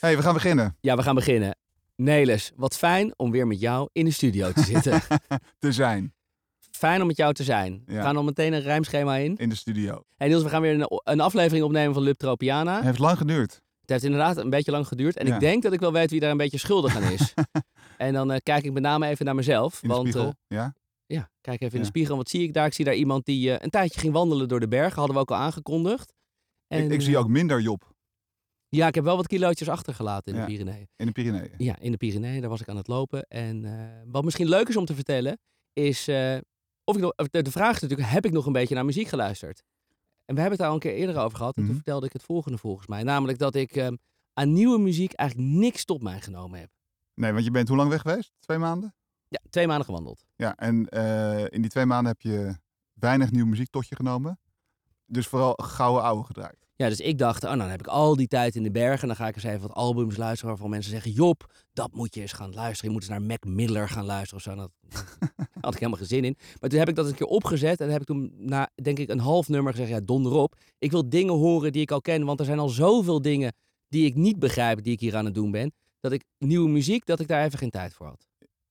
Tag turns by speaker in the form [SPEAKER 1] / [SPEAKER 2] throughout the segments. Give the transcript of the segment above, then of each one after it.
[SPEAKER 1] hey, we gaan beginnen.
[SPEAKER 2] Ja, we gaan beginnen. Nelis, wat fijn om weer met jou in de studio te zitten.
[SPEAKER 1] Te zijn
[SPEAKER 2] fijn om met jou te zijn. We
[SPEAKER 1] Ja.
[SPEAKER 2] gaan al meteen een rijmschema in.
[SPEAKER 1] in de studio.
[SPEAKER 2] En Niels, we gaan weer een, een aflevering opnemen van Lub Tropiana.
[SPEAKER 1] Het heeft lang geduurd.
[SPEAKER 2] Het heeft inderdaad een beetje lang geduurd. En
[SPEAKER 1] Ja.
[SPEAKER 2] ik denk dat ik wel weet wie daar een beetje schuldig aan is. en dan eh, kijk ik met name even naar mezelf.
[SPEAKER 1] In de
[SPEAKER 2] want
[SPEAKER 1] spiegel.
[SPEAKER 2] eh,
[SPEAKER 1] ja?
[SPEAKER 2] ja, kijk even in
[SPEAKER 1] Ja.
[SPEAKER 2] de spiegel. Wat zie ik daar? Ik zie daar iemand die eh, een tijdje ging wandelen door de bergen. Hadden we ook al aangekondigd. En,
[SPEAKER 1] ik, ik zie
[SPEAKER 2] eh,
[SPEAKER 1] ook minder Job
[SPEAKER 2] Ja, ik heb wel wat kilootjes achtergelaten in
[SPEAKER 1] Ja.
[SPEAKER 2] de Pyreneeën.
[SPEAKER 1] in de Pyreneeën.
[SPEAKER 2] Ja, in de Pyreneeën, daar was ik aan het lopen. En eh, wat misschien leuk is om te vertellen, is. eh, of ik nog, of de de vraag is natuurlijk: heb ik nog een beetje naar muziek geluisterd? En we hebben het daar al een keer eerder over gehad. En
[SPEAKER 1] Mhm.
[SPEAKER 2] toen vertelde ik het volgende volgens mij. Namelijk dat ik eh, aan nieuwe muziek eigenlijk niks tot mij genomen heb.
[SPEAKER 1] Nee, want je bent hoe lang weg geweest? Twee maanden?
[SPEAKER 2] Ja, twee maanden gewandeld.
[SPEAKER 1] Ja, en eh, in die twee maanden heb je weinig nieuw muziek tot je genomen. Dus vooral gouden ouwe gedraaid.
[SPEAKER 2] Ja, dus ik dacht, oh, nou, dan heb ik al die tijd in de bergen. Dan ga ik eens even wat albums luisteren waarvan mensen zeggen... Job, dat moet je eens gaan luisteren. Je moet eens naar Mac Miller gaan luisteren of zo. Nou, Dat had ik helemaal geen zin in. Maar toen heb ik dat een keer opgezet. En heb ik toen, na, denk ik, een half nummer gezegd... Ja, donder op. Ik wil dingen horen die ik al ken. Want er zijn al zoveel dingen die ik niet begrijp... die ik hier aan het doen ben. Dat ik nieuwe muziek, dat ik daar even geen tijd voor had.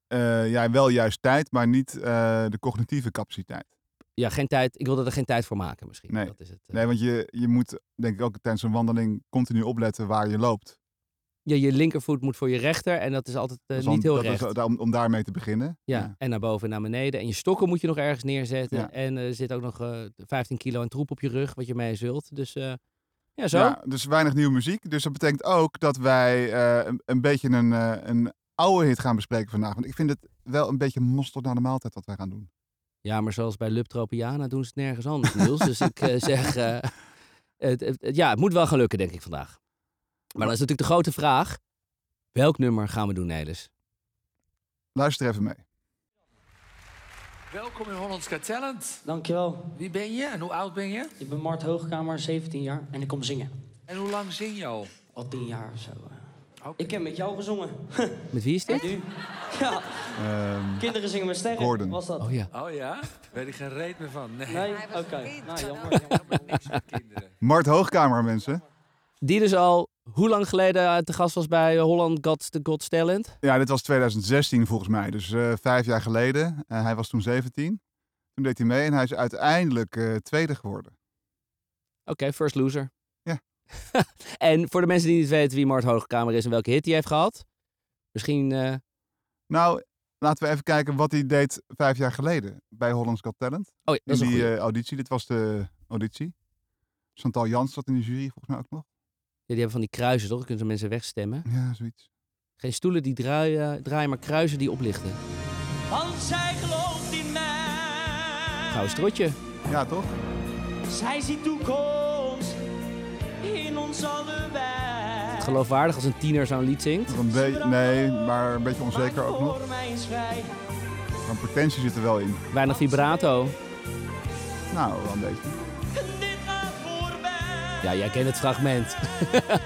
[SPEAKER 1] Eh, ja, wel juist tijd, maar niet eh, de cognitieve capaciteit.
[SPEAKER 2] Ja, geen tijd. Ik wilde er geen tijd voor maken misschien.
[SPEAKER 1] Nee.
[SPEAKER 2] Dat is het. eh.
[SPEAKER 1] Nee, want je, je moet denk ik ook tijdens een wandeling continu opletten waar je loopt.
[SPEAKER 2] Ja, je linkervoet moet voor je rechter. En dat is altijd eh,
[SPEAKER 1] Dat is
[SPEAKER 2] niet
[SPEAKER 1] dan- dat
[SPEAKER 2] heel
[SPEAKER 1] is
[SPEAKER 2] recht.
[SPEAKER 1] da- Dus om, om daarmee te beginnen.
[SPEAKER 2] Ja, en naar boven en naar beneden. En je stokken moet je nog ergens neerzetten.
[SPEAKER 1] Ja.
[SPEAKER 2] En eh, er zit ook nog eh, 15 kilo aan troep op je rug, wat je mee zult. Dus eh, ja, zo.
[SPEAKER 1] Ja, dus weinig nieuwe muziek. Dus dat betekent ook dat wij eh, een, een beetje een, eh, een oude hit gaan bespreken vandaag. Want ik vind het wel een beetje monster naar de maaltijd wat wij gaan doen.
[SPEAKER 2] Ja, maar zoals bij Lub Tropiana doen ze het nergens anders, Niels. dus ik eh, zeg, eh, het, het- het- ja, het moet wel gaan lukken, denk ik, vandaag. Maar dan is natuurlijk de grote vraag. Welk nummer gaan we doen, Nelis?
[SPEAKER 1] Luister even mee.
[SPEAKER 3] Welkom in Hollands Got Talent.
[SPEAKER 4] Dankjewel.
[SPEAKER 3] Wie ben je en hoe oud ben je?
[SPEAKER 4] Ik ben Mart Hoogkamer, 17 jaar. En ik kom zingen.
[SPEAKER 3] En hoe lang zing je al?
[SPEAKER 4] Al 10 jaar of zo. eh.
[SPEAKER 3] Oké.
[SPEAKER 4] Ik heb met jou gezongen.
[SPEAKER 2] Met wie is dit?
[SPEAKER 4] Nu. Ja,
[SPEAKER 1] Ehm,
[SPEAKER 4] kinderen zingen met sterren.
[SPEAKER 1] Gordon.
[SPEAKER 4] Was dat?
[SPEAKER 2] Oh ja.
[SPEAKER 3] Oh ja? Weet ik geen reet meer van. Nee.
[SPEAKER 4] Nee?
[SPEAKER 5] Hij
[SPEAKER 4] Oké.
[SPEAKER 5] was verkeerd.
[SPEAKER 4] Nou, jammer.
[SPEAKER 5] Nou.
[SPEAKER 4] jammer.
[SPEAKER 3] Niks met kinderen.
[SPEAKER 1] Mart Hoogkamer, mensen.
[SPEAKER 2] Die dus al hoe lang geleden eh, te gast was bij Holland Got, Got Talent.
[SPEAKER 1] Ja, dit was 2016 volgens mij. Dus eh, vijf jaar geleden. Eh, hij was toen 17. Toen deed hij mee en hij is uiteindelijk eh, tweede geworden.
[SPEAKER 2] Oké, first loser.
[SPEAKER 1] Ja.
[SPEAKER 2] en voor de mensen die niet weten wie Mart Hoogkamer is en welke hit hij heeft gehad. Misschien eh,
[SPEAKER 1] Nou, laten we even kijken wat hij deed vijf jaar geleden bij Hollands Got Talent.
[SPEAKER 2] Oh, ja, dat is
[SPEAKER 1] in
[SPEAKER 2] een
[SPEAKER 1] die
[SPEAKER 2] goeie.
[SPEAKER 1] eh, auditie. Dit was de auditie. Chantal Jans zat in de jury volgens mij ook nog.
[SPEAKER 2] Ja, die hebben van die kruisen, toch? Dan kunnen ze mensen wegstemmen.
[SPEAKER 1] Ja, zoiets.
[SPEAKER 2] Geen stoelen die draaien, draaien maar kruisen die oplichten.
[SPEAKER 4] Want zij gelooft in mij.
[SPEAKER 2] Gouden strotje.
[SPEAKER 1] Ja, toch?
[SPEAKER 4] Zij ziet toekomst in ons allebei.
[SPEAKER 2] Geloofwaardig als een tiener zo'n lied zingt.
[SPEAKER 1] Een be- nee, maar een beetje onzeker
[SPEAKER 4] Maar
[SPEAKER 1] ook nog.
[SPEAKER 4] voor mij is vrij.
[SPEAKER 1] Maar potentie zit er wel in.
[SPEAKER 2] Weinig vibrato.
[SPEAKER 1] Nou, wel een beetje.
[SPEAKER 4] Dit gaat voorbij.
[SPEAKER 2] Ja, jij kent het fragment.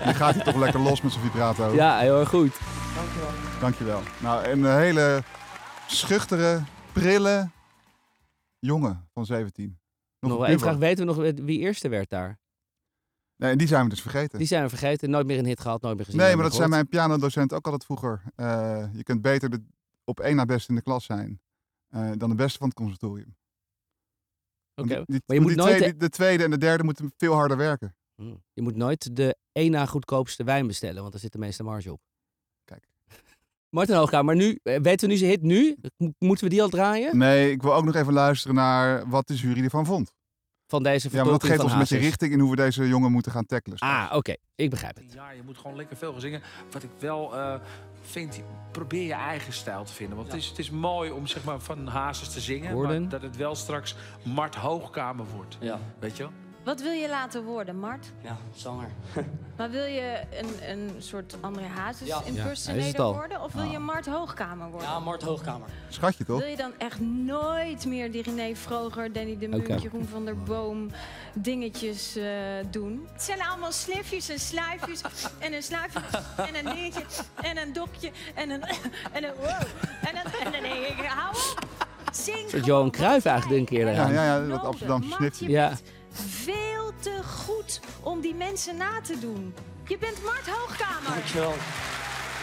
[SPEAKER 1] Nu gaat hij toch lekker los met zijn vibrato.
[SPEAKER 2] Ja, heel erg goed.
[SPEAKER 1] Dankjewel. Nou, en een hele schuchtere, prille jongen van 17.
[SPEAKER 2] Nog
[SPEAKER 1] een
[SPEAKER 2] wel één
[SPEAKER 1] puber.
[SPEAKER 2] vraag. Weten we nog eh, wie eerste werd daar?
[SPEAKER 1] Nee, en die zijn we dus vergeten.
[SPEAKER 2] Die zijn we vergeten. Nooit meer een hit gehad, nooit meer gezien.
[SPEAKER 1] nee, maar
[SPEAKER 2] nooit
[SPEAKER 1] dat
[SPEAKER 2] meer
[SPEAKER 1] zei mijn pianodocent ook altijd vroeger. Eh, je kunt beter de, op één na best in de klas zijn eh, dan de beste van het conservatorium. Want
[SPEAKER 2] gehoord. Oké.
[SPEAKER 1] die- die-
[SPEAKER 2] Maar je moet,
[SPEAKER 1] die
[SPEAKER 2] nooit e-
[SPEAKER 1] tweede, de tweede en de derde moeten veel harder werken.
[SPEAKER 2] de, Hm. je moet nooit de één na goedkoopste wijn bestellen, want daar zit de meeste marge op.
[SPEAKER 1] Kijk.
[SPEAKER 2] Martin Hoogkamer, maar nu, eh, weten we nu zijn hit nu? Mo- Moeten we die al draaien?
[SPEAKER 1] Nee, ik wil ook nog even luisteren naar wat de jury ervan vond.
[SPEAKER 2] Van deze
[SPEAKER 1] Ja, maar dat
[SPEAKER 2] vertolking
[SPEAKER 1] geeft
[SPEAKER 2] van
[SPEAKER 1] ons een beetje
[SPEAKER 2] Hazes.
[SPEAKER 1] richting in hoe we deze jongen moeten gaan tackelen.
[SPEAKER 2] Ah, oké. Ik begrijp het.
[SPEAKER 3] Ja, je moet gewoon lekker veel gaan zingen. Wat ik wel eh, vind, probeer je eigen stijl te vinden. Want het, is, het is mooi om zeg maar, van Hazes te zingen.
[SPEAKER 2] Gordon.
[SPEAKER 3] Maar dat het wel straks Mart Hoogkamer wordt.
[SPEAKER 4] Ja,
[SPEAKER 3] Weet je wel?
[SPEAKER 5] Wat wil je laten worden, Mart?
[SPEAKER 4] ja, zanger.
[SPEAKER 5] Maar wil je een, een soort André Hazes
[SPEAKER 4] Ja.
[SPEAKER 2] Ja, is het
[SPEAKER 5] impersonator
[SPEAKER 2] al.
[SPEAKER 5] worden? Of wil je Mart Hoogkamer worden?
[SPEAKER 4] Ja, Mart Hoogkamer.
[SPEAKER 1] Schatje toch?
[SPEAKER 5] Wil je dan echt nooit meer die René Vroger, Danny de Munk,
[SPEAKER 2] Oké.
[SPEAKER 5] Jeroen van der Boom dingetjes eh, doen? Het zijn allemaal slifjes en sluifjes en een sluifje en een dingetje en een dopje en een en een wow en een en dan denk ik, hou op. Zing
[SPEAKER 2] soort
[SPEAKER 5] gewoon
[SPEAKER 2] Johan
[SPEAKER 5] wat
[SPEAKER 2] Cruijff
[SPEAKER 5] jij
[SPEAKER 2] eigenlijk een keer
[SPEAKER 5] hebt
[SPEAKER 1] Ja, ja, ja,
[SPEAKER 5] nodig.
[SPEAKER 1] dat Amsterdamse
[SPEAKER 5] Mart,
[SPEAKER 1] snifje.
[SPEAKER 5] je
[SPEAKER 2] Ja.
[SPEAKER 5] bent veel te goed om die mensen na te doen. Je bent Mart Hoogkamer.
[SPEAKER 4] Dankjewel.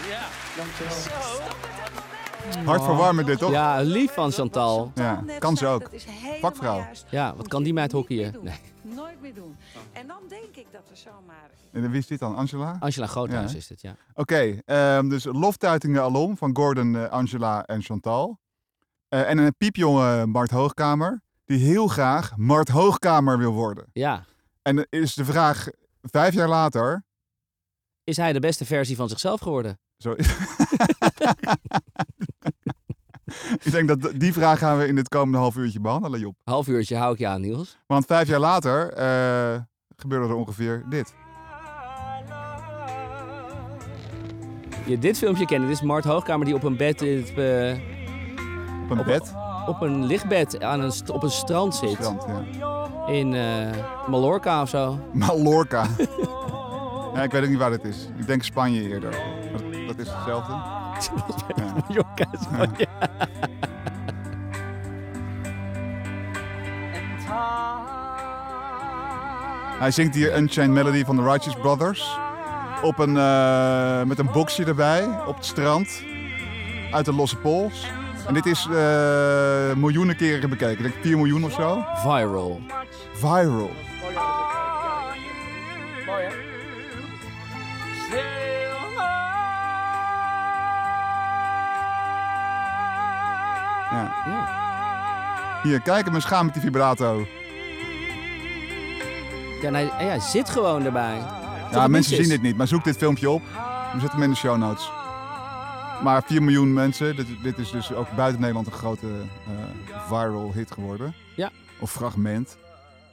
[SPEAKER 3] Ja.
[SPEAKER 4] Dankjewel.
[SPEAKER 5] Stop het een moment.
[SPEAKER 1] Hartverwarmend dit, toch?
[SPEAKER 2] Ja, lief van Chantal.
[SPEAKER 1] Ja,
[SPEAKER 6] Net
[SPEAKER 1] kan ze
[SPEAKER 6] zei,
[SPEAKER 1] ook.
[SPEAKER 6] dat is helemaal
[SPEAKER 1] Vakvrouw.
[SPEAKER 6] juist.
[SPEAKER 2] Ja, wat
[SPEAKER 6] Moet
[SPEAKER 2] kan
[SPEAKER 6] je
[SPEAKER 2] die meid
[SPEAKER 6] niet
[SPEAKER 2] hockeyen?
[SPEAKER 6] meer doen.
[SPEAKER 2] Nee. Oh.
[SPEAKER 6] Nooit meer doen. En dan denk ik dat we zomaar...
[SPEAKER 1] En wie is dit dan? Angela?
[SPEAKER 2] Angela Groothuis
[SPEAKER 1] Ja.
[SPEAKER 2] is dit, ja.
[SPEAKER 1] Oké, ehm, dus loftuitingen alom van Gordon, eh, Angela en Chantal. Eh, en een piepjonge Mart Hoogkamer, die heel graag Mart Hoogkamer wil worden.
[SPEAKER 2] Ja.
[SPEAKER 1] En dan is de vraag, vijf jaar later...
[SPEAKER 2] Is hij de beste versie van zichzelf geworden?
[SPEAKER 1] Zo... Ik denk dat die vraag gaan we in het komende half uurtje behandelen, Job.
[SPEAKER 2] Half uurtje hou ik je aan, Niels.
[SPEAKER 1] Want vijf jaar later eh, gebeurde er ongeveer dit.
[SPEAKER 2] Je, dit filmpje kennen. Dit is Mart Hoogkamer die op een bed, zit, eh,
[SPEAKER 1] Op een bed.
[SPEAKER 2] op een lichtbed aan een, st- op een strand zit.
[SPEAKER 1] Strand, ja.
[SPEAKER 2] In eh Mallorca of zo.
[SPEAKER 1] Mallorca. ja, ik weet ook niet waar dit is. Ik denk Spanje eerder. Dat, dat is hetzelfde. Ja.
[SPEAKER 2] Mallorca is van- ja.
[SPEAKER 1] Hij zingt hier Unchained Melody van de Righteous Brothers. Op een, eh, met een boxje erbij op het strand. Uit de losse pols. En dit is eh, miljoenen keren bekeken. Ik denk 4 miljoen of zo.
[SPEAKER 2] Viral.
[SPEAKER 1] Viral. Ja.
[SPEAKER 2] Ja.
[SPEAKER 1] Hier, kijk hem eens gaan met die vibrato.
[SPEAKER 2] Ja, en hij, en hij zit gewoon erbij.
[SPEAKER 1] Ja, mensen zien
[SPEAKER 2] is.
[SPEAKER 1] dit niet, maar zoek dit filmpje op. We zetten hem in de show notes. Maar 4 miljoen mensen, dit, dit is dus ook buiten Nederland een grote eh, viral hit geworden.
[SPEAKER 2] Ja.
[SPEAKER 1] Of fragment.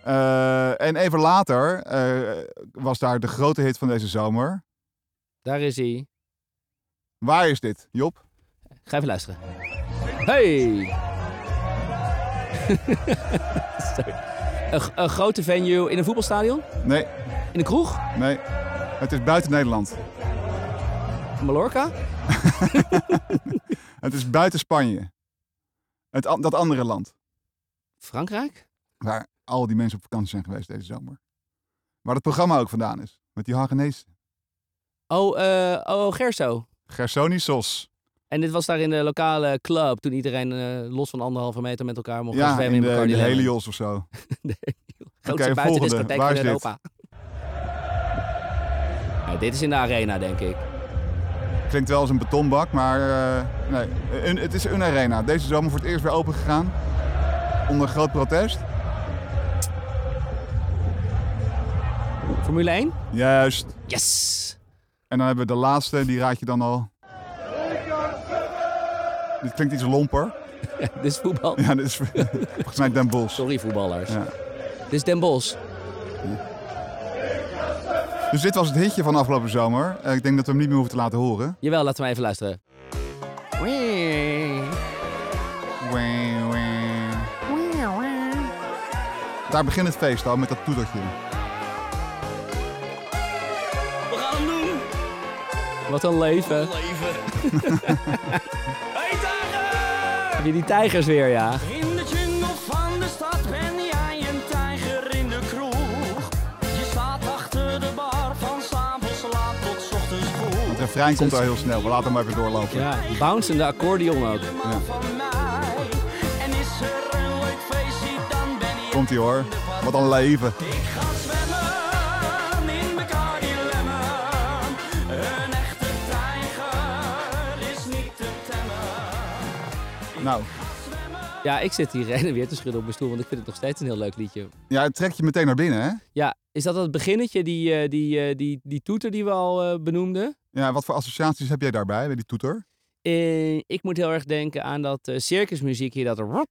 [SPEAKER 1] Eh, en even later eh, was daar de grote hit van deze zomer.
[SPEAKER 2] Daar is hij.
[SPEAKER 1] Waar is dit, Job?
[SPEAKER 2] Ga even luisteren. Hey! Sorry. Een, g- een grote venue in een voetbalstadion?
[SPEAKER 1] Nee,
[SPEAKER 2] In een kroeg?
[SPEAKER 1] nee. Het is buiten Nederland.
[SPEAKER 2] Mallorca?
[SPEAKER 1] Het is buiten Spanje. Het, an- dat andere land
[SPEAKER 2] Frankrijk?
[SPEAKER 1] waar al die mensen op vakantie zijn geweest deze zomer. Waar het programma ook vandaan is. Met die Hagenees.
[SPEAKER 2] Oh, eh, oh, Gerso.
[SPEAKER 1] Gersonisos.
[SPEAKER 2] En dit was daar in de lokale club toen iedereen eh, los van anderhalve meter met elkaar mocht gaan
[SPEAKER 1] Ja,
[SPEAKER 2] zwemmen
[SPEAKER 1] in
[SPEAKER 2] in,
[SPEAKER 1] de,
[SPEAKER 2] Bacardi
[SPEAKER 1] de
[SPEAKER 2] Lemon.
[SPEAKER 1] Helios of zo.
[SPEAKER 2] De
[SPEAKER 1] Oké,
[SPEAKER 2] grootste
[SPEAKER 1] volgende.
[SPEAKER 2] buitendiscotheek
[SPEAKER 1] Waar
[SPEAKER 2] van
[SPEAKER 1] is dit?
[SPEAKER 2] Europa. Ja, dit is in de arena, denk ik.
[SPEAKER 1] Klinkt wel als een betonbak, maar eh, nee. Een- het is een arena. Deze zomer voor het eerst weer open gegaan. Onder groot protest.
[SPEAKER 2] Formule 1?
[SPEAKER 1] Juist.
[SPEAKER 2] Yes!
[SPEAKER 1] En dan hebben we de laatste, die raad je dan al. Dit klinkt iets lomper.
[SPEAKER 2] dit is voetbal.
[SPEAKER 1] Ja, dit is volgens mij Den Bosch.
[SPEAKER 2] Sorry, voetballers.
[SPEAKER 1] Ja.
[SPEAKER 2] Dit is Den Bosch.
[SPEAKER 1] Dus dit was het hitje van afgelopen zomer. Eh, ik denk dat we hem niet meer hoeven te laten horen.
[SPEAKER 2] Jawel, laten we even luisteren. Wee.
[SPEAKER 1] Wee, wee. Daar begint het feest al met dat toetertje.
[SPEAKER 2] Wat een leven.
[SPEAKER 4] Hey tijger!
[SPEAKER 2] Heb je die tijgers weer, ja?
[SPEAKER 4] In de jungle van de stad ben jij een tijger in de kroeg. Je staat achter de bar van s'avonds laat tot 's ochtends vroeg.
[SPEAKER 1] Het refrein komt al heel snel. We laten hem maar even doorlopen.
[SPEAKER 2] Ja, bouncende accordeon ook.
[SPEAKER 4] Man van mij. En is er een leuk feestje, dan ben je
[SPEAKER 1] Komt ie hoor. Wat een leven.
[SPEAKER 4] Ik ga zwemmen in Bacardi Lemon. Een echte tijger is niet te temmen.
[SPEAKER 1] Nou,
[SPEAKER 2] Ja, ik zit hier heen en weer te schudden op mijn stoel, want ik vind het nog steeds een heel leuk liedje.
[SPEAKER 1] ja, het trekt je meteen naar binnen, hè?
[SPEAKER 2] Ja, is dat dat beginnetje, die, eh, die, eh, die, die toeter die we al eh, benoemden?
[SPEAKER 1] Ja, wat voor associaties heb jij daarbij, bij die toeter?
[SPEAKER 2] Eh, ik moet heel erg denken aan dat eh, circusmuziek hier. Dat... er-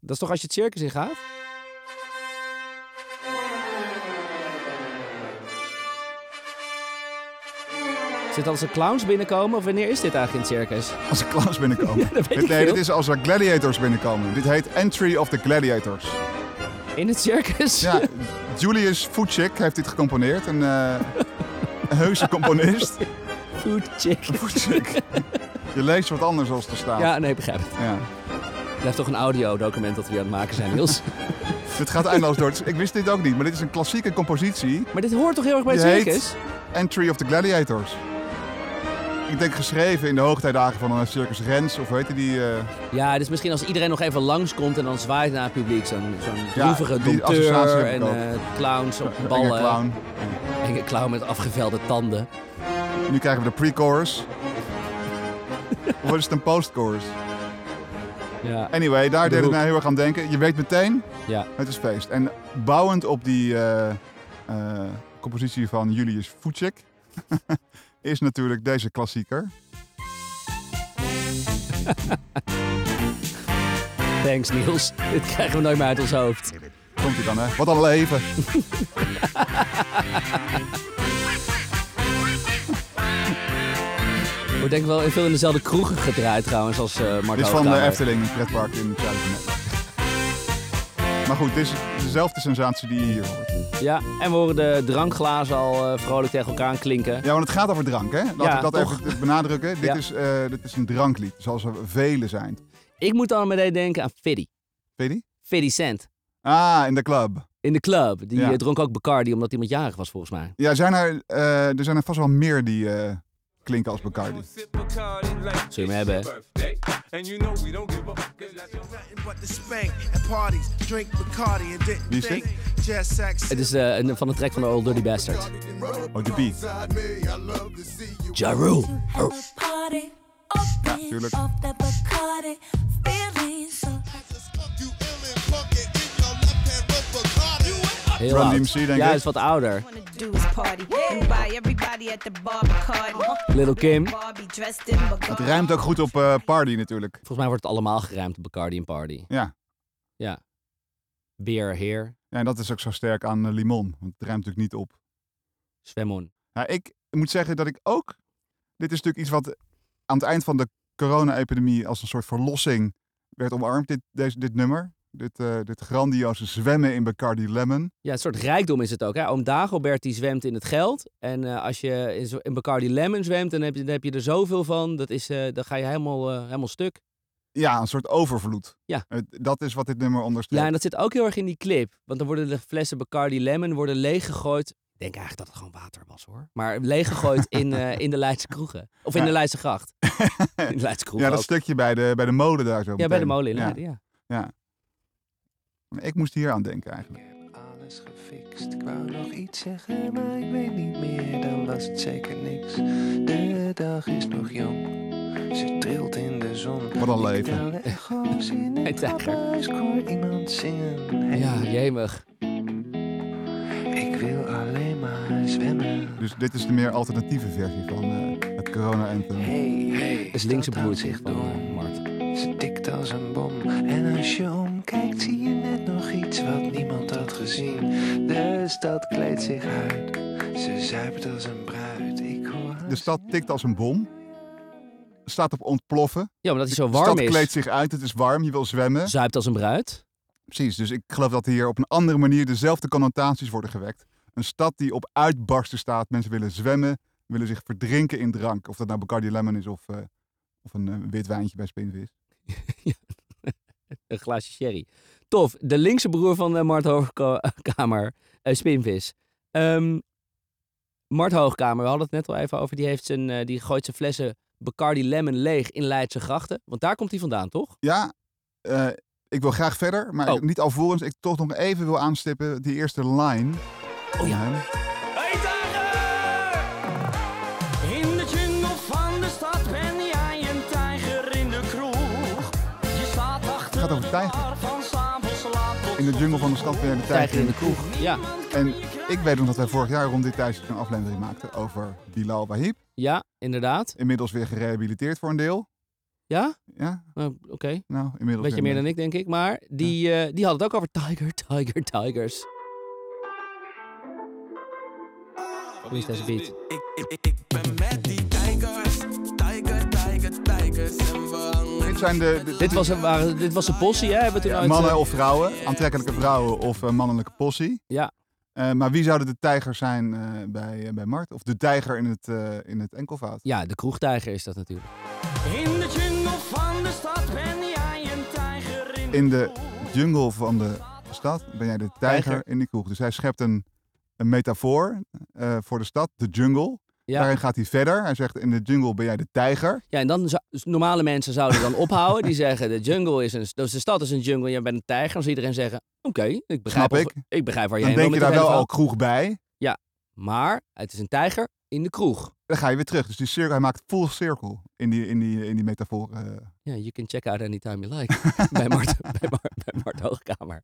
[SPEAKER 2] Dat is toch als je het circus in gaat? Zit als er clowns binnenkomen of wanneer is dit eigenlijk in het circus?
[SPEAKER 1] Als er clowns binnenkomen.
[SPEAKER 2] dat weet
[SPEAKER 1] dit,
[SPEAKER 2] ik
[SPEAKER 1] nee,
[SPEAKER 2] veel.
[SPEAKER 1] dit is als er gladiators binnenkomen. Dit heet Entry of the Gladiators.
[SPEAKER 2] In het circus?
[SPEAKER 1] Ja, Julius Fuchik heeft dit gecomponeerd. Een eh, heuse componist.
[SPEAKER 2] Food chick.
[SPEAKER 1] Fuchik. Je leest wat anders als er staat.
[SPEAKER 2] Ja, nee, begrijp het.
[SPEAKER 1] Ja.
[SPEAKER 2] Het blijft toch een audiodocument dat we hier aan het maken zijn, Niels.
[SPEAKER 1] Het gaat eindeloos door. Dus Ik wist dit ook niet, maar dit is een klassieke compositie.
[SPEAKER 2] Maar dit hoort toch heel erg bij het
[SPEAKER 1] Die heet-
[SPEAKER 2] circus?
[SPEAKER 1] Entry of the Gladiators. Ik denk geschreven in de hoogtijdagen van een Circus Rens, of weet je die... eh,
[SPEAKER 2] Ja, dus misschien als iedereen nog even langskomt en dan zwaait naar het publiek. Zo'n zo'n
[SPEAKER 1] Ja,
[SPEAKER 2] droevige
[SPEAKER 1] die associatie
[SPEAKER 2] dompteur
[SPEAKER 1] heb ik
[SPEAKER 2] en
[SPEAKER 1] ook.
[SPEAKER 2] eh, clowns op
[SPEAKER 1] enge
[SPEAKER 2] ballen.
[SPEAKER 1] clown.
[SPEAKER 2] Enge clown met afgevelde tanden.
[SPEAKER 1] Nu krijgen we de pre-chorus. of is het een post-chorus?
[SPEAKER 2] Ja,
[SPEAKER 1] Anyway, daar deed het
[SPEAKER 2] hoek.
[SPEAKER 1] mij heel erg aan denken. Je weet meteen,
[SPEAKER 2] ja.
[SPEAKER 1] het is feest. En bouwend op die eh, eh, compositie van Julius Fucek... is natuurlijk deze klassieker.
[SPEAKER 2] thanks Niels. Dit krijgen we nooit meer uit ons hoofd.
[SPEAKER 1] Komt hij dan, hè? Wat een leven.
[SPEAKER 2] Wordt denk ik wel veel in dezelfde kroegen gedraaid trouwens als eh Marco
[SPEAKER 1] Dit is van de
[SPEAKER 2] Kramer.
[SPEAKER 1] Efteling, het pretpark in Zuid-Nederland. Maar goed, dit is dezelfde sensatie die je hier hoort.
[SPEAKER 2] Ja, en we horen de drankglazen al eh, vrolijk tegen elkaar aan klinken.
[SPEAKER 1] Ja, want het gaat over drank, hè? Laten
[SPEAKER 2] Ja,
[SPEAKER 1] we dat
[SPEAKER 2] toch.
[SPEAKER 1] even benadrukken. Dit,
[SPEAKER 2] Ja.
[SPEAKER 1] is, eh, dit is een dranklied, zoals er vele zijn.
[SPEAKER 2] Ik moet dan meteen denken aan Fiddy.
[SPEAKER 1] Weet je die?
[SPEAKER 2] Fiddy Cent.
[SPEAKER 1] Ah, in de club.
[SPEAKER 2] In de club. Die
[SPEAKER 1] Ja.
[SPEAKER 2] eh, dronk ook Bacardi omdat iemand jarig was volgens mij.
[SPEAKER 1] Ja, zijn er, eh, er zijn er vast wel meer die eh, klinken als Bacardi.
[SPEAKER 2] Zul je hem hebben?
[SPEAKER 1] Wie is dit?
[SPEAKER 2] Het is eh, een- van een track van de Old Dirty Bastard.
[SPEAKER 1] Oh, de beat.
[SPEAKER 2] Ja Rule.
[SPEAKER 7] party. Open
[SPEAKER 1] Tuurlijk.
[SPEAKER 7] up that Bacardi. Feeling so
[SPEAKER 2] Heel
[SPEAKER 1] Run
[SPEAKER 2] oud.
[SPEAKER 1] DMC, denk
[SPEAKER 2] Ja,
[SPEAKER 1] ik.
[SPEAKER 2] is wat ouder.
[SPEAKER 8] wanna do is party and buy everybody at the bar Bacardi.
[SPEAKER 2] Little Kim.
[SPEAKER 8] Barbie dressed in
[SPEAKER 1] Het
[SPEAKER 8] Bacardi.
[SPEAKER 1] ruimt ook goed op eh, party natuurlijk.
[SPEAKER 2] Volgens mij wordt het allemaal geruimd op Bacardi en Party.
[SPEAKER 1] Ja.
[SPEAKER 2] Ja. Beer, heer,
[SPEAKER 1] ja, en dat is ook zo sterk aan eh, Limon. Want het ruimt natuurlijk niet op.
[SPEAKER 2] zwemmon.
[SPEAKER 1] Nou, ik moet zeggen dat ik ook. Dit is natuurlijk iets wat aan het eind van de corona-epidemie als een soort verlossing werd omarmd. Dit, deze, dit nummer. Dit, eh, dit grandioze zwemmen in Bacardi Lemon.
[SPEAKER 2] Ja, een soort rijkdom is het ook. Hè? Oom Dagobert die zwemt in het geld. En eh, als je in, zo- in Bacardi Lemon zwemt, dan heb je, dan heb je er zoveel van. Dat is, eh, dan ga je helemaal, eh, helemaal stuk.
[SPEAKER 1] Ja, een soort overvloed.
[SPEAKER 2] Ja.
[SPEAKER 1] Eh, Dat is wat dit nummer ondersteunt.
[SPEAKER 2] Ja, en dat zit ook heel erg in die clip. Want dan worden de flessen Bacardi Lemon worden leeggegooid. Ik denk eigenlijk dat het gewoon water was hoor. Maar leeggegooid in, eh, in de Leidse kroegen. Of in
[SPEAKER 1] Ja.
[SPEAKER 2] de Leidse gracht. In de Leidse kroegen
[SPEAKER 1] ja, dat
[SPEAKER 2] ook.
[SPEAKER 1] stukje bij de, bij de mode daar zo.
[SPEAKER 2] Ja, bij de
[SPEAKER 1] meteen.
[SPEAKER 2] molen in
[SPEAKER 1] Ja.
[SPEAKER 2] Leiden, ja.
[SPEAKER 1] Ik moest hier aan denken eigenlijk.
[SPEAKER 9] Alles gefixt, ik wou nog iets zeggen, maar ik weet niet meer, dan was het zeker niks. De dag is nog jong, ze trilt in de zon.
[SPEAKER 1] Wat een leven.
[SPEAKER 9] Terwijl de echo's in
[SPEAKER 2] Hey,
[SPEAKER 9] het
[SPEAKER 2] tijger.
[SPEAKER 9] trappenhuis, ik hoor iemand zingen. Hey,
[SPEAKER 2] Ja, jemig.
[SPEAKER 9] Ik wil alleen maar zwemmen.
[SPEAKER 1] Dus dit is de meer alternatieve versie van eh, het corona-anthem.
[SPEAKER 9] Hey, hey,
[SPEAKER 2] Het linkse
[SPEAKER 9] dat houdt
[SPEAKER 2] broertje
[SPEAKER 9] zich
[SPEAKER 2] van
[SPEAKER 9] door.
[SPEAKER 2] eh, Mart.
[SPEAKER 9] Ze tikt als een bom. En als je omkijkt, zie je net nog iets wat niemand had gezien. De stad kleedt zich uit. Ze zuipt als een bruid. Ik hoor haar
[SPEAKER 1] De stad tikt als een bom. Staat op ontploffen.
[SPEAKER 2] Ja, omdat hij zo
[SPEAKER 1] de
[SPEAKER 2] warm
[SPEAKER 1] stad kleedt
[SPEAKER 2] is.
[SPEAKER 1] zich uit. Het is warm. Je wil zwemmen.
[SPEAKER 2] Zuipt als een bruid.
[SPEAKER 1] Precies, dus ik geloof dat hier op een andere manier dezelfde connotaties worden gewekt. Een stad die op uitbarsten staat. Mensen willen zwemmen, willen zich verdrinken in drank. Of dat nou Bacardi Lemon is of, eh, of een eh, wit wijntje bij Spinvis.
[SPEAKER 2] Een glaasje sherry. Tof. De linkse broer van eh, Mart Hoogkamer. eh Spinvis. Ehm, Mart Hoogkamer, we hadden het net al even over. Die, heeft zijn, eh, die gooit zijn flessen Bacardi Lemon leeg in Leidse grachten. Want daar komt hij vandaan, toch?
[SPEAKER 1] Ja, eh, ik wil graag verder, maar
[SPEAKER 2] Oh.
[SPEAKER 1] niet alvorens. Ik toch nog even wil aanstippen die eerste line.
[SPEAKER 2] Oh ja.
[SPEAKER 1] Line.
[SPEAKER 4] In de jungle van de stad ben jij een tijger in de kroeg. Je staat achter
[SPEAKER 1] Gaat over
[SPEAKER 4] de
[SPEAKER 1] tijger.
[SPEAKER 4] bar van s'avonds laat tot
[SPEAKER 1] In de jungle van de stad ben je de
[SPEAKER 2] Tijger in de
[SPEAKER 1] tijd.
[SPEAKER 2] kroeg. Ja,
[SPEAKER 1] En ik weet nog dat wij vorig jaar rond dit tijdstip een aflevering maakten over Bilal Wahib.
[SPEAKER 2] ja inderdaad.
[SPEAKER 1] Inmiddels weer gerehabiliteerd voor een deel.
[SPEAKER 2] Ja?
[SPEAKER 1] Ja,
[SPEAKER 2] Nou, Oké.
[SPEAKER 1] nou, inmiddels.
[SPEAKER 2] Weet
[SPEAKER 1] weer
[SPEAKER 2] je meer
[SPEAKER 1] een
[SPEAKER 2] dan ik, denk ik. Maar die, eh, die had het ook over Tiger, Tiger, Tigers. Hoe is deze beat?
[SPEAKER 1] beetje. Dit zijn de, de,
[SPEAKER 2] Dit was, een- waren, dit was een possie, hè? Hebben we toen uit, eh,
[SPEAKER 1] Mannen of vrouwen, aantrekkelijke vrouwen of eh, mannelijke possie.
[SPEAKER 2] Ja.
[SPEAKER 1] Eh, maar wie zouden de tijgers zijn eh, bij, eh, bij Mart? Of de tijger in het, eh, in het enkelvoud?
[SPEAKER 2] Ja, de kroegtijger is dat natuurlijk.
[SPEAKER 4] In de jungle van de stad ben jij een tijger in de
[SPEAKER 1] In de jungle van de de stad, ben jij de tijger,
[SPEAKER 2] Tijger.
[SPEAKER 1] in die kroeg. Dus hij schept een, een metafoor eh, voor de stad, de jungle.
[SPEAKER 2] Ja.
[SPEAKER 1] Daarin gaat hij verder. Hij zegt, in de jungle ben jij de tijger.
[SPEAKER 2] ja, en dan zou- dus normale mensen zouden dan ophouden. Die zeggen, de jungle is een... Dus de stad is een jungle, jij bent een tijger. Dan zal iedereen zeggen, oké, ik, begrijp
[SPEAKER 1] Snap
[SPEAKER 2] of- ik begrijp waar je
[SPEAKER 1] Dan
[SPEAKER 2] heen wil
[SPEAKER 1] denk je daar
[SPEAKER 2] met dit
[SPEAKER 1] wel
[SPEAKER 2] hele
[SPEAKER 1] al kroeg bij.
[SPEAKER 2] verhaal. Maar het is een tijger in de kroeg.
[SPEAKER 1] Dan ga je weer terug. Dus die cirkel, hij maakt full circle in die, in die, in die metafoor. eh.
[SPEAKER 2] Ja, you can check out anytime you like. bij, Mart, bij, Mar- bij Mart Hoogkamer.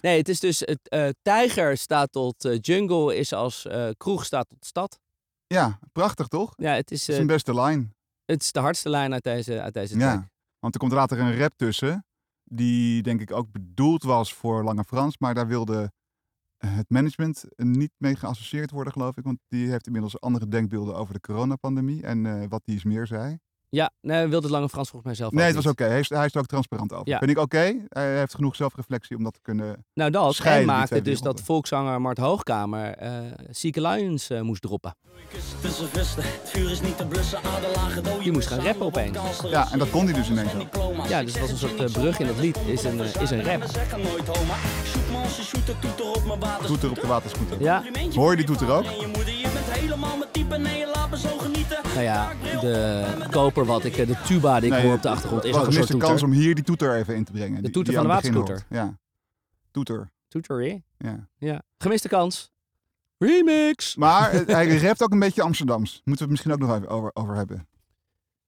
[SPEAKER 2] Nee, het is dus... Het, eh, tijger staat tot eh, jungle, is als eh, kroeg staat tot stad.
[SPEAKER 1] ja, prachtig toch?
[SPEAKER 2] Ja, het is,
[SPEAKER 1] Dat is
[SPEAKER 2] eh,
[SPEAKER 1] zijn beste line.
[SPEAKER 2] het is de hardste lijn uit deze, uit deze track.
[SPEAKER 1] Ja, want er komt later een rap tussen. Die denk ik ook bedoeld was voor Lange Frans. Maar daar wilde eh, het management niet mee geassocieerd worden, geloof ik. Want die heeft inmiddels andere denkbeelden over de coronapandemie. En eh, wat die eens meer zei.
[SPEAKER 2] Ja, nee, wilde het Lange Frans volgens mij zelf
[SPEAKER 1] Nee,
[SPEAKER 2] ook
[SPEAKER 1] het was
[SPEAKER 2] niet.
[SPEAKER 1] oké. Hij, is, hij is er ook transparant over.
[SPEAKER 2] Ja.
[SPEAKER 1] Vind ik oké. Hij heeft genoeg zelfreflectie om dat te kunnen.
[SPEAKER 2] Nou, dat.
[SPEAKER 1] Scheiden
[SPEAKER 2] Hij
[SPEAKER 1] die
[SPEAKER 2] maakte
[SPEAKER 1] twee
[SPEAKER 2] dus dat
[SPEAKER 1] werelden.
[SPEAKER 2] volkszanger Mart Hoogkamer eh Zieke Lions eh, moest droppen.
[SPEAKER 4] Tussen vesten, het vuur is niet te blussen, adelagen dood.
[SPEAKER 2] Die moest gaan rappen opeens.
[SPEAKER 1] Ja, en dat kon hij dus ineens ook.
[SPEAKER 2] Ja, dus het was een soort eh, brug in dat lied. Is een, eh, is een rap.
[SPEAKER 4] zeggen nooit homo. Shoot me als je shoot, dat doet er op mijn water.
[SPEAKER 1] Toeter op de waterscooter.
[SPEAKER 2] Ja,
[SPEAKER 1] Hoor je die toeter ook?
[SPEAKER 4] En je moeder, je bent helemaal mijn type. Nee, laat me zo genieten.
[SPEAKER 2] nou ja, de koper wat ik, eh, de tuba die ik
[SPEAKER 1] Nee,
[SPEAKER 2] hoor op de achtergrond, is
[SPEAKER 1] was
[SPEAKER 2] ook een soort
[SPEAKER 1] gemiste
[SPEAKER 2] toeter.
[SPEAKER 1] kans om hier die toeter even in te brengen. die-
[SPEAKER 2] toeter
[SPEAKER 1] die
[SPEAKER 2] van
[SPEAKER 1] aan
[SPEAKER 2] de
[SPEAKER 1] het begin
[SPEAKER 2] waterscooter.
[SPEAKER 1] hoort. Ja, toeter.
[SPEAKER 2] Toeter, hè?
[SPEAKER 1] Ja.
[SPEAKER 2] Ja. Gemiste kans. Remix!
[SPEAKER 1] Maar eh, hij rapt ook een beetje Amsterdams. Moeten we het misschien ook nog even over, over hebben.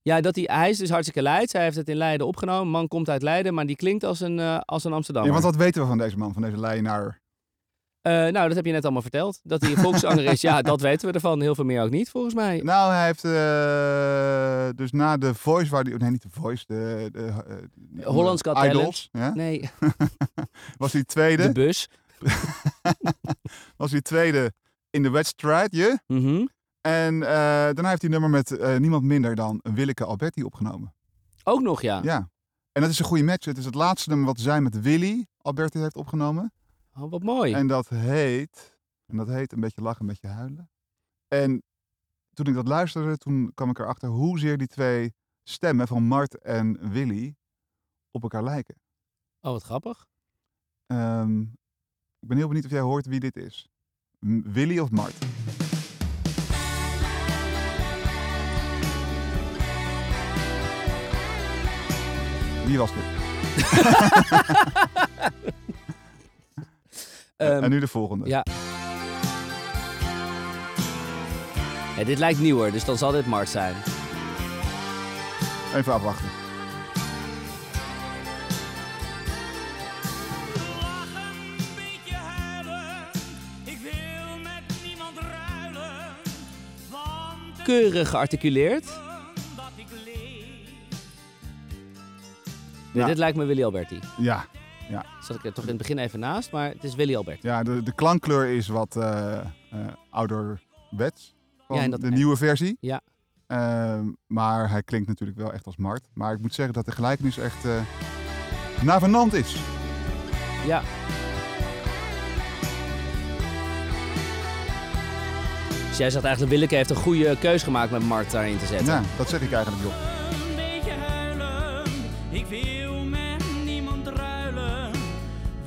[SPEAKER 2] Ja, dat hij, hij is dus hartstikke Leids. Hij heeft het in Leiden opgenomen. Man komt uit Leiden, maar die klinkt als een, eh als een
[SPEAKER 1] Ja,
[SPEAKER 2] Amsterdammer.
[SPEAKER 1] want wat weten we van deze man, van deze leienaar?
[SPEAKER 2] Eh, nou, dat heb je net allemaal verteld. Dat hij een volkszanger is, ja, dat weten we ervan. Heel veel meer ook niet, volgens mij.
[SPEAKER 1] Nou, hij heeft eh, dus na de Voice, waar die, nee niet de Voice, de, de eh, die
[SPEAKER 2] Holland's Got
[SPEAKER 1] andere- Idols, ja,
[SPEAKER 2] Nee,
[SPEAKER 1] was hij tweede,
[SPEAKER 2] de bus.
[SPEAKER 1] was hij tweede in de wedstrijd, je?
[SPEAKER 2] Mhm.
[SPEAKER 1] En eh, daarna heeft hij een nummer met eh, niemand minder dan Willeke Alberti opgenomen.
[SPEAKER 2] Ook nog, ja.
[SPEAKER 1] Ja. En dat is een goede match. Het is het laatste nummer wat zij met Willy Alberti heeft opgenomen.
[SPEAKER 2] Oh, wat mooi.
[SPEAKER 1] En dat heet... En dat heet een beetje lachen, een beetje huilen. En toen ik dat luisterde, toen kwam ik erachter hoezeer die twee stemmen van Mart en Willy op elkaar lijken.
[SPEAKER 2] Oh, wat grappig.
[SPEAKER 1] Ehm, ik ben heel benieuwd of jij hoort wie dit is. M- Willy of Mart? Wie was dit?
[SPEAKER 2] Ehm,
[SPEAKER 1] en nu de volgende.
[SPEAKER 2] ja. ja, dit lijkt nieuwer, dus dan zal dit Mart zijn.
[SPEAKER 1] Even afwachten.
[SPEAKER 4] Lachen, een beetje huilen. Ik wil met niemand ruilen. Want het
[SPEAKER 2] Keurig gearticuleerd.
[SPEAKER 4] is dat ik leef.
[SPEAKER 2] Nee,
[SPEAKER 1] Ja.
[SPEAKER 2] Dit lijkt me Willy Alberti.
[SPEAKER 1] Ja,
[SPEAKER 2] Zat ik er toch in het begin even naast, maar het is Willy Alberti.
[SPEAKER 1] ja de, de klankkleur is wat eh eh ouderwets van
[SPEAKER 2] Ja, en dat-
[SPEAKER 1] de nieuwe versie.
[SPEAKER 2] Ja.
[SPEAKER 1] Ehm, maar hij klinkt natuurlijk wel echt als Mart. Maar ik moet zeggen dat de gelijkenis echt eh navenant is.
[SPEAKER 2] Ja. Dus jij zegt eigenlijk, Willeke heeft een goede keus gemaakt met Mart daarin te zetten.
[SPEAKER 1] Ja, dat zeg ik eigenlijk, joh.
[SPEAKER 4] Een beetje huilen. Ik wil met niemand ruilen.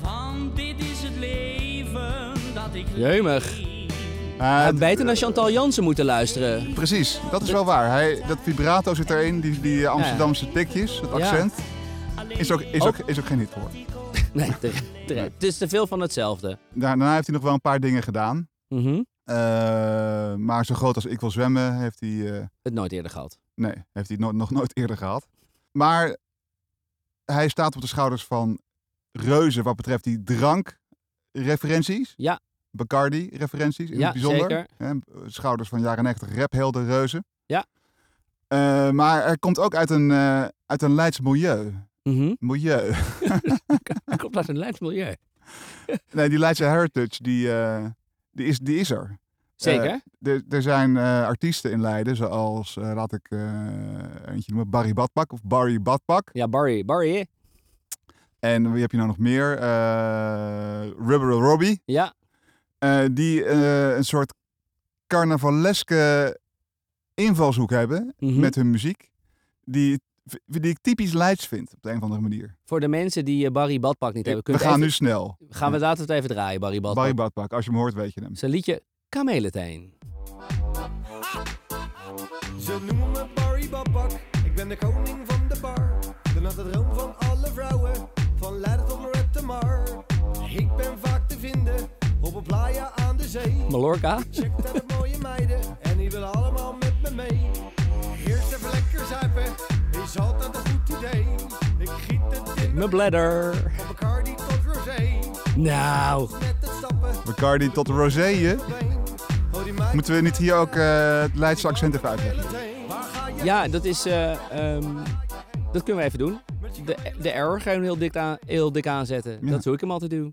[SPEAKER 4] Want dit is het leven dat ik
[SPEAKER 2] Jeumig.
[SPEAKER 1] Eh,
[SPEAKER 2] Hij had beter naar Chantal Jansen moeten luisteren.
[SPEAKER 1] Precies, dat is wel waar. Hij, dat vibrato zit erin, die, die Amsterdamse tikjes, het
[SPEAKER 2] Ja.
[SPEAKER 1] accent. Is ook, is ook, is ook geen hit hoor.
[SPEAKER 2] Nee, terecht, terecht. Het is te veel van hetzelfde.
[SPEAKER 1] Daarna heeft hij nog wel een paar dingen gedaan.
[SPEAKER 2] Mhm.
[SPEAKER 1] Eh, maar zo groot als Ik Wil Zwemmen heeft hij, eh,
[SPEAKER 2] Het nooit eerder gehad.
[SPEAKER 1] nee, heeft hij no- nog nooit eerder gehad. Maar hij staat op de schouders van reuzen wat betreft die drankreferenties.
[SPEAKER 2] Ja.
[SPEAKER 1] Bacardi-referenties in
[SPEAKER 2] Ja,
[SPEAKER 1] het bijzonder.
[SPEAKER 2] zeker.
[SPEAKER 1] Hè, schouders van jaren 90 raphelden reuzen.
[SPEAKER 2] Ja.
[SPEAKER 1] Eh, maar hij komt ook uit een, eh, uit een Leids milieu.
[SPEAKER 2] Mhm.
[SPEAKER 1] Milieu.
[SPEAKER 2] Hij komt uit een Leids milieu.
[SPEAKER 1] Nee, die Leidse heritage, die, eh, die, is, die is er.
[SPEAKER 2] Zeker.
[SPEAKER 1] Er, er zijn eh, artiesten in Leiden, zoals, eh, laat ik eh, eentje noemen, Barry Badpak of Barry Badpak.
[SPEAKER 2] ja, Barry. Barry, hè?
[SPEAKER 1] En wie heb je nou nog meer? Eh, Rubber Robbie,
[SPEAKER 2] Ja.
[SPEAKER 1] eh, die eh, een soort carnavaleske invalshoek hebben
[SPEAKER 2] Mhm.
[SPEAKER 1] met hun muziek. Die v- die ik typisch Leids vind, op de een of andere manier.
[SPEAKER 2] Voor de mensen die eh, Barry Badpak niet hebben.
[SPEAKER 1] we
[SPEAKER 2] kunnen
[SPEAKER 1] gaan
[SPEAKER 2] even-
[SPEAKER 1] nu snel.
[SPEAKER 2] Gaan we laten we het even draaien, Barry Badpak.
[SPEAKER 1] Barry Badpak, als je hem hoort weet je hem.
[SPEAKER 2] Zijn liedje Kamelenteen.
[SPEAKER 10] Ze noemen me Barry Babak, ik ben de koning van de bar. De natte droom van alle vrouwen, van Leiden tot Lorette de Mar. Ik ben vaak te vinden, op een playa aan de zee.
[SPEAKER 2] Mallorca.
[SPEAKER 10] Check daar de mooie meiden, en die willen allemaal met me mee. Eerst even lekker zuipen, is altijd een goed idee. Ik giet het in
[SPEAKER 2] Mijn bladder.
[SPEAKER 10] van Bacardi tot Rosé.
[SPEAKER 2] Nou.
[SPEAKER 10] Met het stappen,
[SPEAKER 1] Bacardi tot de Rosé.
[SPEAKER 10] oh die meid
[SPEAKER 1] Moeten we niet hier ook eh, het Leidse accent even uitleggen?
[SPEAKER 10] meteen. Waar ga je
[SPEAKER 2] Ja, dat is. eh, ehm, dat kunnen we even doen. De, de error gewoon heel dik, aan, heel dik aanzetten.
[SPEAKER 1] Ja.
[SPEAKER 2] Dat is hoe ik hem altijd doe.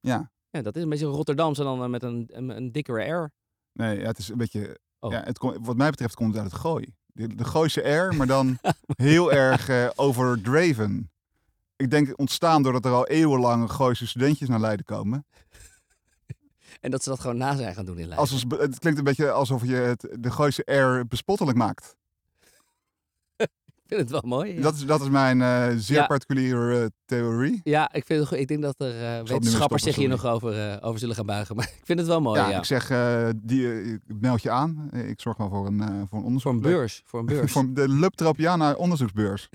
[SPEAKER 1] Ja.
[SPEAKER 2] Ja, dat is een beetje Rotterdamse dan eh, met een, een, een dikkere R.
[SPEAKER 1] Nee, ja, het is een beetje...
[SPEAKER 2] Oh.
[SPEAKER 1] Ja, het komt- wat mij betreft komt het uit het gooi. De, de gooise R, maar dan heel erg eh, overdreven. Ik denk ontstaan doordat er al eeuwenlang gooise studentjes naar Leiden komen.
[SPEAKER 2] En dat ze dat gewoon na zijn gaan doen in Leiden.
[SPEAKER 1] Als als- het klinkt een beetje alsof je het, de gooise R bespottelijk maakt.
[SPEAKER 2] Ik vind het wel mooi. Ja,
[SPEAKER 1] Dat, is, dat is mijn eh, zeer
[SPEAKER 2] Ja.
[SPEAKER 1] particuliere eh, theorie.
[SPEAKER 2] Ja, ik, vind het, goed. ik denk dat er eh, wetenschappers zich hier nog over, eh, over zullen gaan buigen. Maar ik vind het wel mooi, Oh, ja.
[SPEAKER 1] ja, ik zeg, eh, die, eh, ik meld je aan. Eh, Ik zorg wel voor een, eh, voor een onderzoek.
[SPEAKER 2] Voor een beurs. Voor een beurs.
[SPEAKER 1] Voor de Lubtropiana onderzoeksbeurs.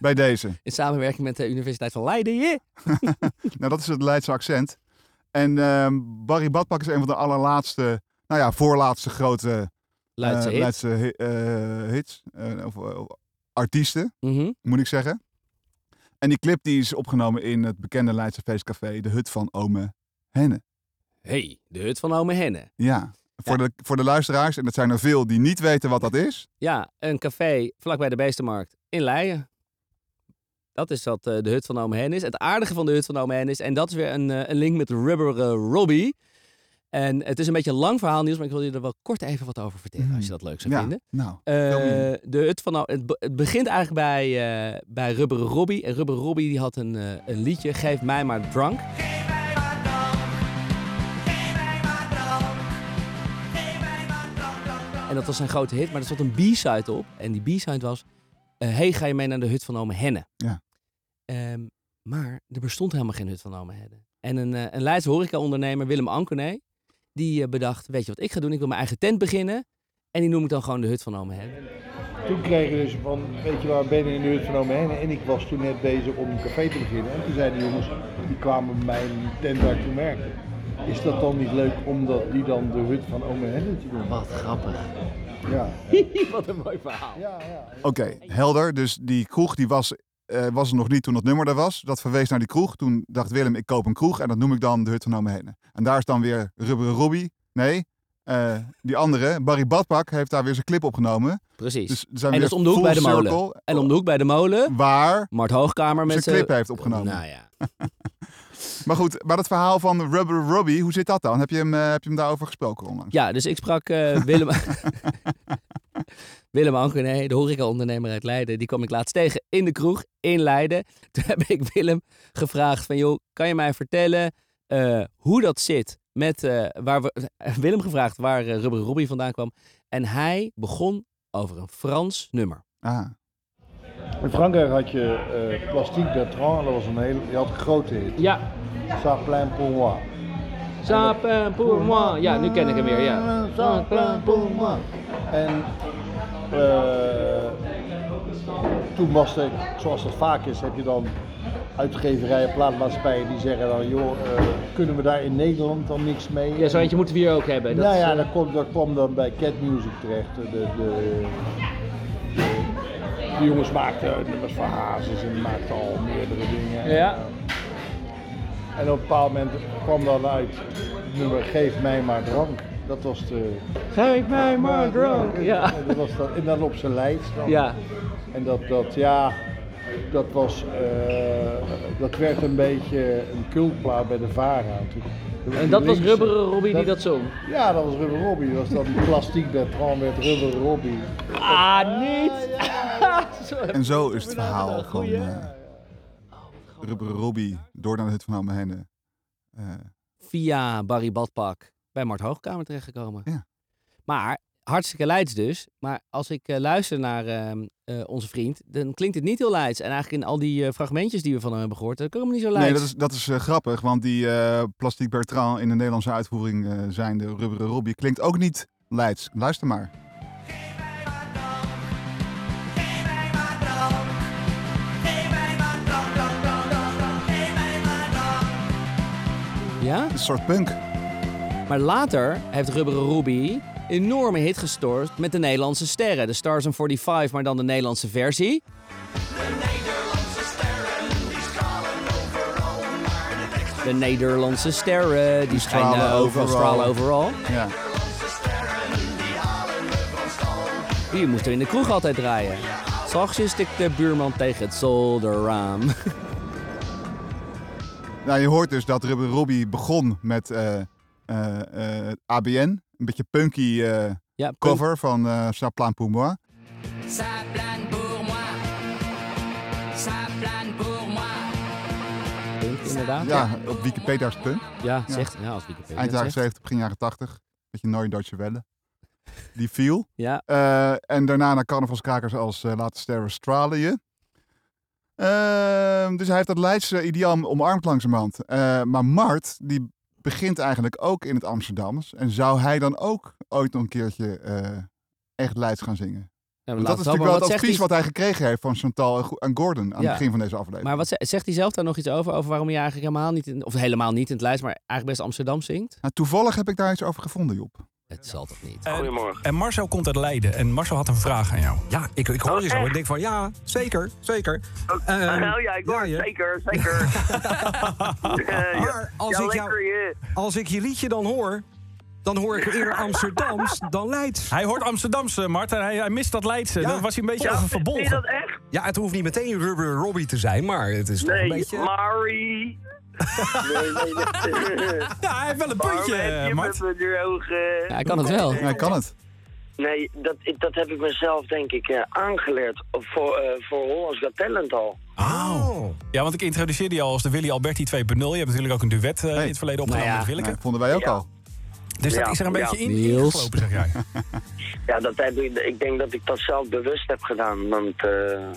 [SPEAKER 1] Bij deze.
[SPEAKER 2] In samenwerking met de Universiteit van Leiden. Yeah.
[SPEAKER 1] Nou, dat is het Leidse accent. En ehm, Barry Badpak is een van de allerlaatste, nou ja, voorlaatste grote
[SPEAKER 2] Luidse
[SPEAKER 1] eh,
[SPEAKER 2] hit.
[SPEAKER 1] Leidse hi- eh, hits. Eh, of, of artiesten,
[SPEAKER 2] Mhm.
[SPEAKER 1] moet ik zeggen. En die clip die is opgenomen in het bekende Leidse feestcafé, de hut van ome Henne.
[SPEAKER 2] hey, de hut van ome Henne.
[SPEAKER 1] Ja, voor, De, voor de luisteraars, en dat zijn er veel die niet weten wat dat is.
[SPEAKER 2] Ja, een café vlakbij de Beestenmarkt in Leiden. Dat is wat eh, de hut van Ome Hen is. Het aardige van de hut van Ome Hen is. En dat is weer een, eh, een link met Rubber eh, Robbie. En het is een beetje een lang verhaal, Niels. Maar ik wil je er wel kort even wat over vertellen. Als je dat leuk zou
[SPEAKER 1] Mm. ja,
[SPEAKER 2] vinden.
[SPEAKER 1] nou,
[SPEAKER 2] Eh,
[SPEAKER 1] Veel meer.
[SPEAKER 2] de hut van, het, be- het begint eigenlijk bij, eh, bij Rubber Robbie. En Rubber Robbie die had een, eh, een liedje, Geef mij maar drank. En dat was zijn grote hit, maar er stond een B-side op. En die B-side was, eh, hey ga je mee naar de hut van ome Henne.
[SPEAKER 1] Ja.
[SPEAKER 2] Ehm, maar er bestond helemaal geen hut van ome Henne. En een, eh een Leidse horecaondernemer, Willem Ankoné, die eh, bedacht, weet je wat ik ga doen? Ik wil mijn eigen tent beginnen. En die noem ik dan gewoon de hut van ome Henne.
[SPEAKER 11] Toen kreeg ik dus van, weet je waar, ben je in de buurt van Omeen? En ik was toen net bezig om een café te beginnen. En toen zeiden die jongens, die kwamen bij mij in die tent waar ik toen werkte. Is dat dan niet leuk om dat, die dan de hut van Ome Henne te doen? Wat grappig. Ja.
[SPEAKER 2] Wat een mooi verhaal.
[SPEAKER 11] ja, ja.
[SPEAKER 1] oké, helder. Dus die kroeg die was, eh, was er nog niet toen dat nummer er was. Dat verwees naar die kroeg. Toen dacht Willem, ik koop een kroeg en dat noem ik dan de hut van Ome Henne. En daar is dan weer Rubberen Robbie. Nee, eh, die andere, Barry Badpak, heeft daar weer zijn clip opgenomen.
[SPEAKER 2] Precies.
[SPEAKER 1] Dus er zijn
[SPEAKER 2] en
[SPEAKER 1] weer
[SPEAKER 2] dat is om de hoek
[SPEAKER 1] full
[SPEAKER 2] bij de molen.
[SPEAKER 1] circle.
[SPEAKER 2] En om de hoek bij de molen,
[SPEAKER 1] Waar
[SPEAKER 2] Mart Hoogkamer met
[SPEAKER 1] zijn clip heeft opgenomen.
[SPEAKER 2] Nou ja.
[SPEAKER 1] Maar goed, maar dat verhaal van Rubber Robbie, hoe zit dat dan? Heb je hem, eh, heb je hem daarover gesproken onlangs?
[SPEAKER 2] ja, dus ik sprak eh, Willem... Willem Ankoné, de horecaondernemer uit Leiden, die kwam ik laatst tegen in de kroeg in Leiden. Toen heb ik Willem gevraagd van, joh, kan je mij vertellen eh, hoe dat zit met eh, waar we... Willem gevraagd waar eh, Rubber Robbie vandaan kwam. En hij begon over een Frans nummer.
[SPEAKER 1] Ah,
[SPEAKER 11] In Frankrijk had je eh Plastique Bertrand, dat was een hele, die had een grote hit.
[SPEAKER 2] Ja,
[SPEAKER 11] Ça plein pour moi.
[SPEAKER 2] Sapin pour moi. Ja, nu ken ik hem weer, ja.
[SPEAKER 11] Ça plein pour moi. En eh, toen was er, zoals dat vaak is, heb je dan uitgeverijen, plaatmaatschappijen die zeggen dan, joh, eh, kunnen we daar in Nederland dan niks mee?
[SPEAKER 2] Ja, zo eentje moeten we hier ook hebben. Dat
[SPEAKER 11] nou
[SPEAKER 2] is,
[SPEAKER 11] ja,
[SPEAKER 2] eh,
[SPEAKER 11] dat kwam, dat kwam dan bij Cat Music terecht. De, de, de, de jongens maakten nummers van Hazes en maakten al meerdere dingen.
[SPEAKER 2] Ja.
[SPEAKER 11] En op een bepaald moment kwam dan uit het nummer Geef mij maar drank. Dat was de...
[SPEAKER 2] Geef mij maar drank. Ja.
[SPEAKER 11] eh, En, dat was dan, en dan op zijn lijst. dan.
[SPEAKER 2] Ja.
[SPEAKER 11] En dat, dat ja, dat was, eh, dat werd een beetje een cultplaat bij de VARA. Toen-
[SPEAKER 2] En dat was
[SPEAKER 11] Linkse-
[SPEAKER 2] Rubberen Robbie die dat zong.
[SPEAKER 11] Ja, dat was Rubber Robbie. Dat was dan Plastic Bertrand werd Rubber Robbie.
[SPEAKER 2] Ah, niet!
[SPEAKER 1] en zo is het verhaal van eh Rubber Robbie door naar de hut van Ome Henne. Eh,
[SPEAKER 2] Via Barry Badpak bij Mart Hoogkamer terechtgekomen.
[SPEAKER 1] Ja.
[SPEAKER 2] Maar, hartstikke leids dus. Maar als ik eh, luister naar ehm, eh, onze vriend, dan klinkt het niet heel Leids. En eigenlijk in al die eh, fragmentjes die we van hem hebben gehoord, dat komen niet zo Leids.
[SPEAKER 1] Nee, dat is, dat is eh, grappig, want die eh, Plastic Bertrand in de Nederlandse uitvoering eh, zijnde Rubberen Robbie klinkt ook niet Leids. Luister maar.
[SPEAKER 2] Ja? Een
[SPEAKER 1] soort punk.
[SPEAKER 2] Maar later heeft Rubberen Ruby een enorme hit gestort met de Nederlandse sterren. De Stars and 45, maar dan de Nederlandse versie. De Nederlandse sterren, die schijnen
[SPEAKER 1] stralen
[SPEAKER 2] overal,
[SPEAKER 1] overal.
[SPEAKER 2] stralen overal.
[SPEAKER 1] Ja.
[SPEAKER 2] Die moesten we in de kroeg altijd draaien. Zachtjes stikt de buurman tegen het zolderraam.
[SPEAKER 1] Nou, je hoort dus dat Rubberen Robbie begon met eh, eh, eh, ABN. Een beetje punky eh, cover van eh Sa Plan Pour Moi.
[SPEAKER 12] Ça plane pour moi. Ça plane pour moi.
[SPEAKER 2] Punk, inderdaad.
[SPEAKER 1] Ja, op Wikipedia is het punk.
[SPEAKER 2] Ja, zegt- ja, als Wikipedia
[SPEAKER 1] Eind
[SPEAKER 2] het
[SPEAKER 1] jaren
[SPEAKER 2] zegt.
[SPEAKER 1] 70, begin jaren 80. Beetje nooit Duitse Welle. Die viel.
[SPEAKER 2] Ja.
[SPEAKER 1] Eh, en daarna naar carnavalskrakers als eh Laat de Sterren Stralen je. Ehm, dus hij heeft dat Leidse idioom omarmd langzamerhand. Eh, maar Mart, die begint eigenlijk ook in het Amsterdams. En zou hij dan ook ooit nog een keertje eh, echt Leids gaan zingen?
[SPEAKER 2] maar
[SPEAKER 1] Want
[SPEAKER 2] laat
[SPEAKER 1] dat is
[SPEAKER 2] het
[SPEAKER 1] natuurlijk wel
[SPEAKER 2] hopen.
[SPEAKER 1] het
[SPEAKER 2] Wat zegt
[SPEAKER 1] advies
[SPEAKER 2] hij-
[SPEAKER 1] wat hij gekregen heeft van Chantal en Go- en Gordon aan
[SPEAKER 2] Ja.
[SPEAKER 1] het begin van deze aflevering.
[SPEAKER 2] Maar wat ze- zegt hij zelf daar nog iets over? Over waarom hij eigenlijk helemaal niet, in, of helemaal niet in het lijst, maar eigenlijk best Amsterdam zingt?
[SPEAKER 1] Nou, toevallig heb ik daar iets over gevonden, Job.
[SPEAKER 2] Het zal toch niet?
[SPEAKER 13] Goedemorgen. En Marcel komt uit Leiden en Marcel had een vraag aan jou. Ja, ik, ik hoor
[SPEAKER 14] Oh,
[SPEAKER 13] je zo.
[SPEAKER 14] echt?
[SPEAKER 13] Ik denk van ja, zeker, zeker.
[SPEAKER 4] Oh,
[SPEAKER 13] Ehm,
[SPEAKER 14] nou ja, ik hoor het
[SPEAKER 13] ja.
[SPEAKER 14] zeker, zeker. Eh,
[SPEAKER 13] Maar als
[SPEAKER 14] ja,
[SPEAKER 13] ik jou-
[SPEAKER 14] lekker je.
[SPEAKER 13] Als ik je liedje dan hoor, dan hoor ik eerder Amsterdams dan Leids.
[SPEAKER 15] Hij hoort Amsterdamse, Mart, en hij, hij mist dat Leidse.
[SPEAKER 13] Ja.
[SPEAKER 15] Daar was hij een beetje
[SPEAKER 13] Ja,
[SPEAKER 15] over
[SPEAKER 13] vind je
[SPEAKER 15] verbolgen.
[SPEAKER 13] dat
[SPEAKER 14] echt?
[SPEAKER 13] Ja, het hoeft niet meteen Rubber Robbie te zijn, maar het is toch
[SPEAKER 14] Nee,
[SPEAKER 13] een beetje...
[SPEAKER 14] Mari. nee, nee, nee.
[SPEAKER 13] ja, hij heeft wel een eh,
[SPEAKER 14] puntje, heb je
[SPEAKER 13] Mart.
[SPEAKER 14] met mijn ogen?
[SPEAKER 2] Eh,
[SPEAKER 1] Hij kan het.
[SPEAKER 14] Nee, dat, dat heb ik mezelf denk ik eh, aangeleerd voor, eh, voor Hollands Got Talent al.
[SPEAKER 13] Oh.
[SPEAKER 15] Ja, want ik introduceerde je al als de Willy Alberti 2.0. Je hebt natuurlijk ook een duet eh, in het verleden opgenomen
[SPEAKER 1] Nou ja,
[SPEAKER 15] met Willeke.
[SPEAKER 1] nou, vonden wij ook al.
[SPEAKER 15] Dus dat
[SPEAKER 14] Ja,
[SPEAKER 15] is er een
[SPEAKER 14] ja.
[SPEAKER 15] beetje in
[SPEAKER 14] Niels.
[SPEAKER 15] ingeslopen, zeg jij.
[SPEAKER 14] Ja, dat heb ik, ik denk dat ik dat zelf bewust heb gedaan. Want eh,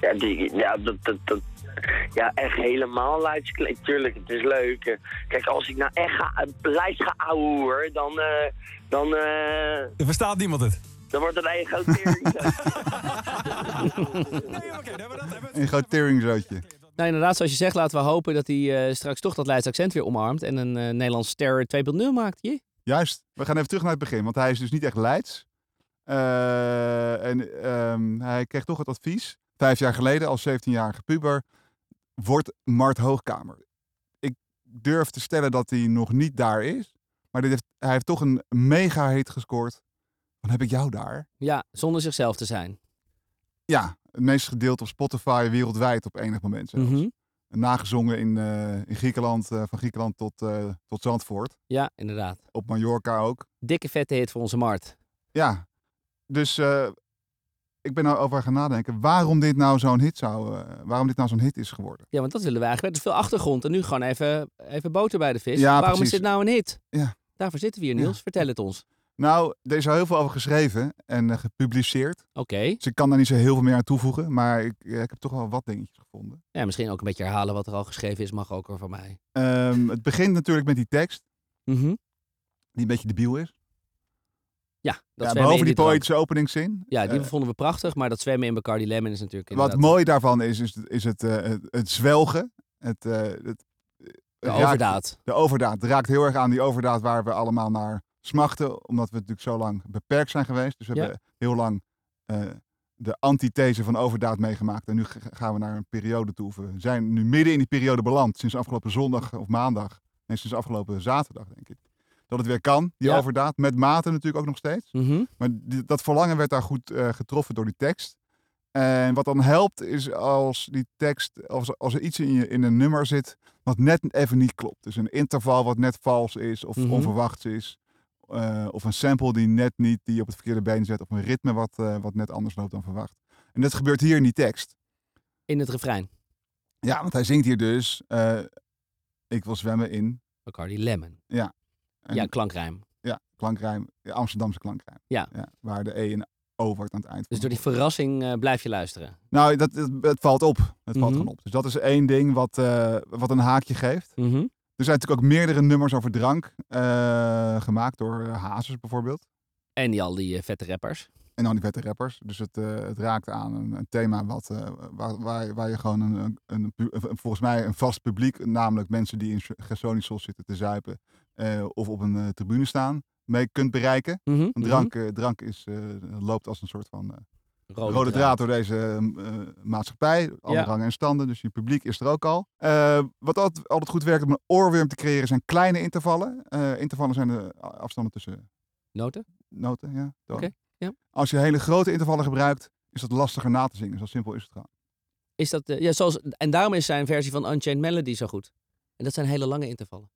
[SPEAKER 14] ja, die, ja, dat, dat, dat, ja, echt helemaal Leids. Tuurlijk, het is leuk. Eh, Kijk, als ik nou echt ga, eh, Leids ga ouwehoer, dan, eh, dan, eh,
[SPEAKER 15] Er verstaat niemand het.
[SPEAKER 14] dan wordt het een groot tering.
[SPEAKER 1] Een groot teringzootje.
[SPEAKER 2] Nou, inderdaad, zoals je zegt, laten we hopen dat hij eh, straks toch dat Leids accent weer omarmt en een eh, Nederlands ster 2.0 maakt. Jee.
[SPEAKER 1] Juist. We gaan even terug naar het begin, want hij is dus niet echt Leids. Eh, en ehm, hij kreeg toch het advies, vijf jaar geleden als 17-jarige puber, wordt Mart Hoogkamer. Ik durf te stellen dat hij nog niet daar is, maar dit heeft, hij heeft toch een mega hit gescoord. Dan heb ik jou daar.
[SPEAKER 2] Ja, zonder zichzelf te zijn.
[SPEAKER 1] Ja, het meest gedeeld op Spotify wereldwijd op enig moment zelfs.
[SPEAKER 2] Mhm.
[SPEAKER 1] Nagezongen in, eh, in Griekenland, eh, van Griekenland tot, eh, tot Zandvoort.
[SPEAKER 2] Ja, inderdaad.
[SPEAKER 1] Op Mallorca ook.
[SPEAKER 2] Dikke vette hit voor onze Mart.
[SPEAKER 1] Ja, dus eh, ik ben nou over gaan nadenken waarom dit nou zo'n hit, zou, eh, waarom dit nou zo'n hit is geworden.
[SPEAKER 2] Ja, want dat willen we eigenlijk. Er is veel achtergrond en nu gewoon even, even boter bij de vis.
[SPEAKER 1] Ja,
[SPEAKER 2] Waarom
[SPEAKER 1] precies.
[SPEAKER 2] is dit nou een hit?
[SPEAKER 1] Ja.
[SPEAKER 2] Daarvoor zitten we hier, Niels.
[SPEAKER 1] Ja.
[SPEAKER 2] Vertel het ons.
[SPEAKER 1] Nou, er is al heel veel over geschreven en eh, gepubliceerd.
[SPEAKER 2] Oké.
[SPEAKER 1] Dus ik kan daar niet zo heel veel meer aan toevoegen, maar ik, eh, ik heb toch wel wat dingetjes gevonden.
[SPEAKER 2] Ja, misschien ook een beetje herhalen wat er al geschreven is, mag ook er van mij. Mhm.
[SPEAKER 1] Ehm, het begint natuurlijk met die tekst, die een beetje debiel is.
[SPEAKER 2] Ja, dat
[SPEAKER 1] ja,
[SPEAKER 2] zwemmen
[SPEAKER 1] behalve
[SPEAKER 2] in
[SPEAKER 1] die
[SPEAKER 2] drank.
[SPEAKER 1] poëtische openingszin.
[SPEAKER 2] Ja, die
[SPEAKER 1] Eh,
[SPEAKER 2] vonden we prachtig, maar dat zwemmen in Bacardi Lemon is natuurlijk
[SPEAKER 1] Wat
[SPEAKER 2] inderdaad...
[SPEAKER 1] mooi daarvan is, is, is het, eh, het, het zwelgen. Het, eh, het, het raakt-
[SPEAKER 2] overdaad.
[SPEAKER 1] de overdaad. Het raakt heel erg aan die overdaad waar we allemaal naar smachten. Omdat we natuurlijk zo lang beperkt zijn geweest. Dus we
[SPEAKER 2] Ja.
[SPEAKER 1] hebben heel lang eh, de antithese van overdaad meegemaakt. En nu g- gaan we naar een periode toe. We zijn nu midden in die periode beland. Sinds afgelopen zondag of maandag. En sinds afgelopen zaterdag, denk ik. Dat het weer kan, die
[SPEAKER 2] Ja.
[SPEAKER 1] overdaad. Met mate natuurlijk ook nog steeds.
[SPEAKER 2] Mhm.
[SPEAKER 1] Maar die- dat verlangen werd daar goed eh, getroffen door die tekst. En wat dan helpt is als die tekst, als, als er iets in, je, in een nummer zit wat net even niet klopt. Dus een interval wat net vals is of
[SPEAKER 2] Mhm.
[SPEAKER 1] onverwachts is. eh, of een sample die net niet, die je op het verkeerde been zet. Of een ritme wat, eh, wat net anders loopt dan verwacht. En dat gebeurt hier in die tekst.
[SPEAKER 2] In het refrein.
[SPEAKER 1] Ja, want hij zingt hier dus, eh, ik wil zwemmen in.
[SPEAKER 2] Bacardi Lemon.
[SPEAKER 1] Ja. En-
[SPEAKER 2] Ja, klankrijm.
[SPEAKER 1] Ja, klankrijm. Ja, Amsterdamse klankrijm.
[SPEAKER 2] Ja.
[SPEAKER 1] Waar de E een veroverd aan het eind.
[SPEAKER 2] Dus door die verrassing eh, blijf je luisteren.
[SPEAKER 1] Nou, dat, het, het valt op. Het valt
[SPEAKER 2] Mhm.
[SPEAKER 1] gewoon op. Dus dat is één ding wat, eh, wat een haakje geeft.
[SPEAKER 2] Mhm.
[SPEAKER 1] Er zijn natuurlijk ook meerdere nummers over drank eh, gemaakt door eh, Hazes bijvoorbeeld.
[SPEAKER 2] En die, al die eh, vette rappers.
[SPEAKER 1] En dan die vette rappers. Dus het, eh, het raakt aan een, een thema wat, eh, waar, waar, waar je gewoon een, een, een pu- een- volgens mij een vast publiek, namelijk mensen die in Sh- Gersonisos zitten te zuipen eh, of op een eh, tribune staan, mee kunt bereiken.
[SPEAKER 2] Mhm.
[SPEAKER 1] Want drank, eh, drank is, eh, loopt als een soort van eh,
[SPEAKER 2] Rode
[SPEAKER 1] rode,
[SPEAKER 2] draad.
[SPEAKER 1] draad door deze eh, maatschappij. Alle
[SPEAKER 2] Ja.
[SPEAKER 1] rangen en standen, dus je publiek is er ook al. Eh, wat altijd, altijd goed werkt om een oorworm te creëren zijn kleine intervallen. Eh, intervallen zijn de afstanden tussen
[SPEAKER 2] Noten?
[SPEAKER 1] noten, ja. tonen.
[SPEAKER 2] Oké, ja.
[SPEAKER 1] Als je hele grote intervallen gebruikt, is dat lastiger na te zingen. Zo simpel is het gewoon.
[SPEAKER 2] Is dat, eh, ja, zoals, en daarom is zijn versie van Unchained Melody zo goed. En dat zijn hele lange intervallen.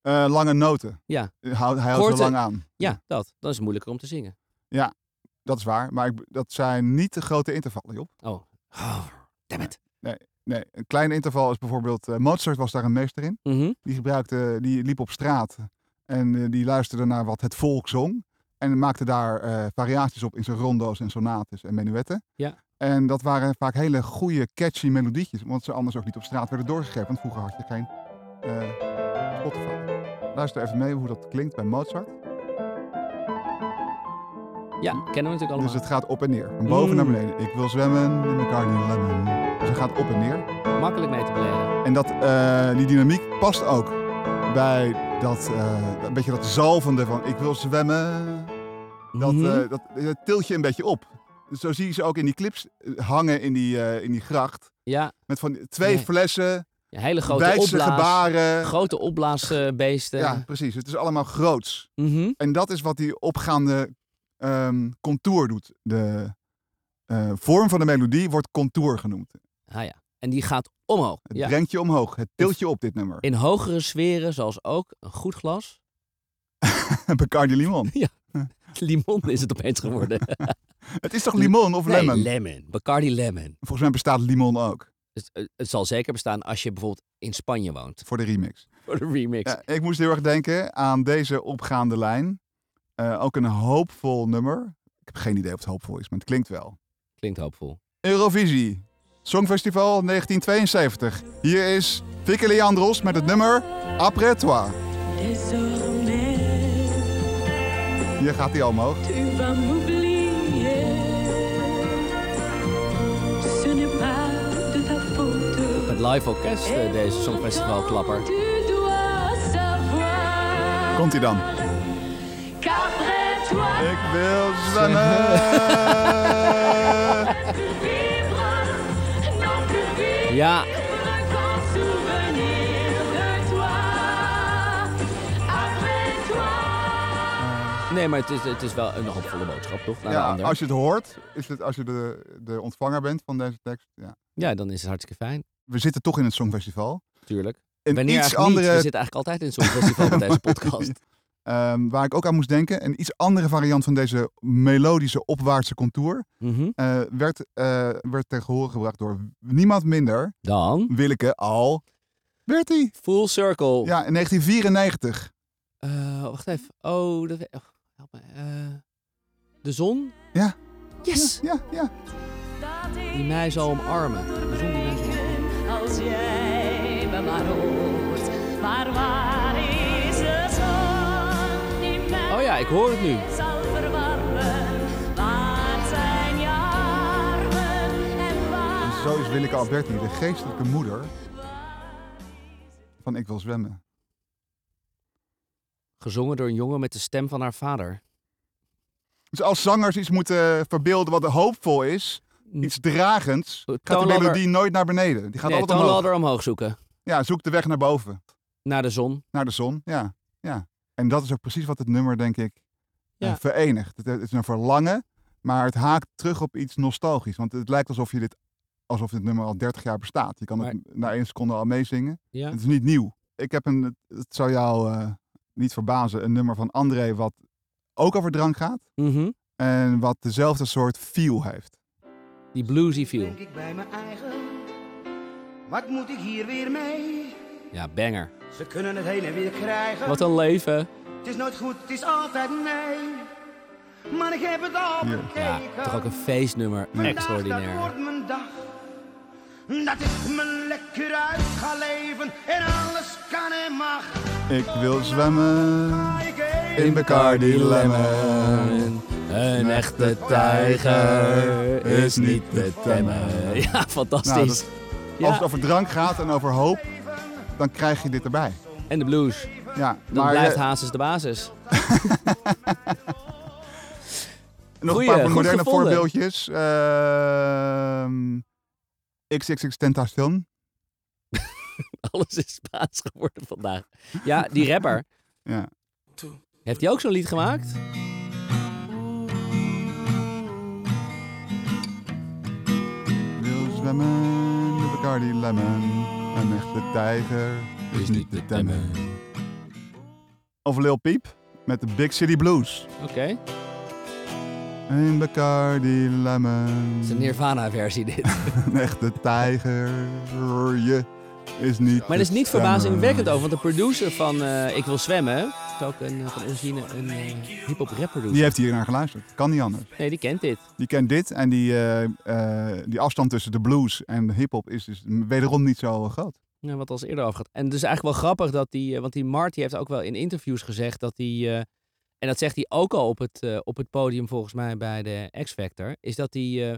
[SPEAKER 1] Eh, lange noten.
[SPEAKER 2] Ja.
[SPEAKER 1] Hij houdt- hij houdt zo
[SPEAKER 2] Korte-
[SPEAKER 1] lang aan.
[SPEAKER 2] Ja, dat. Dan is het moeilijker om te zingen.
[SPEAKER 1] Ja, dat is waar. Maar ik, dat zijn niet de grote intervallen, Job.
[SPEAKER 2] Oh, damn it.
[SPEAKER 1] Nee, nee, een klein interval is bijvoorbeeld... eh, Mozart was daar een meester in.
[SPEAKER 2] Mhm.
[SPEAKER 1] Die, gebruikte, die liep op straat en eh, die luisterde naar wat het volk zong. En maakte daar eh, variaties op in zijn rondo's en sonates en menuetten.
[SPEAKER 2] Ja.
[SPEAKER 1] En dat waren vaak hele goede, catchy melodietjes. Want ze anders ook niet op straat werden doorgegeven. Want vroeger had je geen eh, Spotify. Luister even mee hoe dat klinkt bij Mozart.
[SPEAKER 2] Oh, Ja, kennen we natuurlijk allemaal.
[SPEAKER 1] Dus het gaat op en neer. Van boven naar
[SPEAKER 2] Mm.
[SPEAKER 1] beneden. Ik wil zwemmen in mijn Garden Lemon. Dus het gaat op en neer.
[SPEAKER 2] Makkelijk mee te beleren.
[SPEAKER 1] En dat, eh, die dynamiek past ook bij dat, eh, een beetje dat zalvende van ik wil zwemmen. Dat,
[SPEAKER 2] Mhm.
[SPEAKER 1] eh, dat, eh, tilt je een beetje op. Zo zie je ze ook in die clips eh, hangen in die, eh, in die gracht.
[SPEAKER 2] Ja.
[SPEAKER 1] Met van die- twee
[SPEAKER 2] Ja.
[SPEAKER 1] flessen,
[SPEAKER 2] Ja, hele grote
[SPEAKER 1] wijdse
[SPEAKER 2] opblaas,
[SPEAKER 1] gebaren.
[SPEAKER 2] Grote opblaasbeesten. Mhm.
[SPEAKER 1] Ja, precies. Het is allemaal groots. En dat is wat die opgaande ehm, contour doet. De eh, vorm van de melodie wordt contour genoemd.
[SPEAKER 2] Ah ja. En die gaat omhoog.
[SPEAKER 1] Het
[SPEAKER 2] ja.
[SPEAKER 1] brengt je omhoog. Het tilt je op dit nummer.
[SPEAKER 2] In hogere sferen, zoals ook een goed glas.
[SPEAKER 1] Bacardi Limon.
[SPEAKER 2] Ja. Limon is het opeens geworden.
[SPEAKER 1] het is toch limon of
[SPEAKER 2] nee,
[SPEAKER 1] lemon?
[SPEAKER 2] lemon. Bacardi lemon.
[SPEAKER 1] Volgens mij bestaat limon ook.
[SPEAKER 2] Het, het- het zal zeker bestaan als je bijvoorbeeld in Spanje woont.
[SPEAKER 1] Voor de remix.
[SPEAKER 2] Voor de remix.
[SPEAKER 1] Ja, ik moest heel erg denken aan deze opgaande lijn. Eh, ook een hoopvol nummer. Ik heb geen idee of het hoopvol is, maar het klinkt wel.
[SPEAKER 2] Klinkt hoopvol.
[SPEAKER 1] Eurovisie. Songfestival 1972. Hier is Vicky Leandros met het nummer Après toi.
[SPEAKER 16] Désormais,
[SPEAKER 1] Hier gaat hij al omhoog.
[SPEAKER 16] tu vas m'oublier. Ce n'est pas de ta faute.
[SPEAKER 2] Met live orkest, eh, deze Songfestival klapper.
[SPEAKER 16] Tu dois savoir
[SPEAKER 1] Komt hij dan?
[SPEAKER 16] qu'après toi,
[SPEAKER 1] Ik wil zwemmen.
[SPEAKER 16] non plus vivre
[SPEAKER 2] Ja,
[SPEAKER 16] qu'en souvenir de toi. Après toi,
[SPEAKER 2] nee, maar het is, het is wel een hoopvolle boodschap, toch? Naar de
[SPEAKER 1] Ja,
[SPEAKER 2] ander.
[SPEAKER 1] als je het hoort, is het, als je de, de ontvanger bent van deze tekst. Ja.
[SPEAKER 2] ja, dan is het hartstikke fijn.
[SPEAKER 1] We zitten toch in het Songfestival.
[SPEAKER 2] Tuurlijk.
[SPEAKER 1] Een
[SPEAKER 2] Wanneer
[SPEAKER 1] iets
[SPEAKER 2] eigenlijk niet?
[SPEAKER 1] andere...
[SPEAKER 2] We zitten eigenlijk altijd in zo'n festival met deze podcast.
[SPEAKER 1] Ehm, waar ik ook aan moest denken, een iets andere variant van deze melodische opwaartse contour,
[SPEAKER 2] Mhm.
[SPEAKER 1] eh, werd, eh, werd ten gehore gebracht door niemand minder
[SPEAKER 2] dan
[SPEAKER 1] Willeke al Bertie.
[SPEAKER 2] Full Circle.
[SPEAKER 1] Ja, in 1994.
[SPEAKER 2] Eh, wacht even. Oh, dat... oh, help me. Eh, de zon
[SPEAKER 1] Ja.
[SPEAKER 2] Yes!
[SPEAKER 1] Ja, ja.
[SPEAKER 2] die mij zal omarmen. De zon die mij zal omarmen.
[SPEAKER 16] als jij me maar hoort. Maar waar is de zon die mij
[SPEAKER 2] Oh ja, ik hoor het nu.
[SPEAKER 16] zal verwarmen? Waar zijn je armen en waar...
[SPEAKER 1] En zo is Willeke Alberti de geestelijke moeder van Ik wil zwemmen.
[SPEAKER 2] Gezongen door een jongen met de stem van haar vader.
[SPEAKER 1] Dus als zangers iets moeten verbeelden wat hoopvol is, iets dragends, gaat de
[SPEAKER 2] Toonladder-
[SPEAKER 1] melodie nooit naar beneden. Die gaat
[SPEAKER 2] Mm. nee,
[SPEAKER 1] altijd omhoog.
[SPEAKER 2] toonladder omhoog zoeken.
[SPEAKER 1] Ja, zoek de weg naar boven.
[SPEAKER 2] Naar de zon.
[SPEAKER 1] Naar de zon, ja. ja. En dat is ook precies wat het nummer, denk ik, eh,
[SPEAKER 2] Ja.
[SPEAKER 1] verenigt. Het, het is een verlangen, maar het haakt terug op iets nostalgisch. Want het lijkt alsof, je dit, alsof dit nummer al 30 jaar bestaat. Je kan het na één seconde al meezingen.
[SPEAKER 2] Ja.
[SPEAKER 1] Het is niet nieuw. Ik heb een, het zou jou eh, niet verbazen, een nummer van André wat ook over drank gaat. En wat dezelfde soort feel heeft.
[SPEAKER 2] Die bluesy feel.
[SPEAKER 17] denk ik bij mijn eigen. Wat moet ik hier weer mee?
[SPEAKER 2] Ja, banger.
[SPEAKER 17] Ze kunnen het heen en weer krijgen.
[SPEAKER 2] Wat een leven.
[SPEAKER 17] Het is nooit goed, het is altijd nee. maar ik heb het al
[SPEAKER 1] Ja.
[SPEAKER 17] bekeken.
[SPEAKER 2] Toch ook een feestnummer.
[SPEAKER 17] Vandaag,
[SPEAKER 2] Extraordinair.
[SPEAKER 17] dat wordt mijn dag. Dat ik me lekker uit ga leven. En alles kan en mag.
[SPEAKER 1] Ik wil zwemmen in Bacardi Lemon.
[SPEAKER 2] Een echte tijger is niet te temmen. Ja, fantastisch.
[SPEAKER 1] Nou, dat-
[SPEAKER 2] Ja.
[SPEAKER 1] Als het over drank gaat en over hoop, dan krijg je dit erbij.
[SPEAKER 2] En de blues.
[SPEAKER 1] Ja,
[SPEAKER 2] Dan blijft
[SPEAKER 1] eh,
[SPEAKER 2] Hazes de basis.
[SPEAKER 1] nog
[SPEAKER 2] Goeie,
[SPEAKER 1] een paar
[SPEAKER 2] goed
[SPEAKER 1] moderne
[SPEAKER 2] gevonden.
[SPEAKER 1] voorbeeldjes. Ehm XXX Tentacion.
[SPEAKER 2] Alles is Spaans geworden vandaag. Ja, die rapper.
[SPEAKER 1] Ja.
[SPEAKER 2] Heeft hij ook zo'n lied gemaakt?
[SPEAKER 1] Wil zwemmen in de Bacardi Lemon. Een echte tijger is niet te temmen. Of Lil Peep met de Big City Blues.
[SPEAKER 2] Oké.
[SPEAKER 1] Een Bacardi Lemon. Het is
[SPEAKER 2] een Nirvana-versie dit.
[SPEAKER 1] een echte tijger je is niet
[SPEAKER 2] Maar het is niet
[SPEAKER 1] te temmen.
[SPEAKER 2] verbazingwekkend over, want de producer van eh, Ik Wil Zwemmen, is ook een, eh, van origine een eh, hip-hop rap producer.
[SPEAKER 1] Die heeft hier naar geluisterd. Kan niet anders.
[SPEAKER 2] Nee, die kent dit.
[SPEAKER 1] Die kent dit en die, eh, eh, die afstand tussen de blues en de hip-hop is dus wederom niet zo groot.
[SPEAKER 2] Ja, wat als eerder afgaat. En het is eigenlijk wel grappig dat die, eh, want die Marty heeft ook wel in interviews gezegd dat die, eh, en dat zegt hij ook al op het, eh, op het podium volgens mij bij de X Factor, is dat hij eh,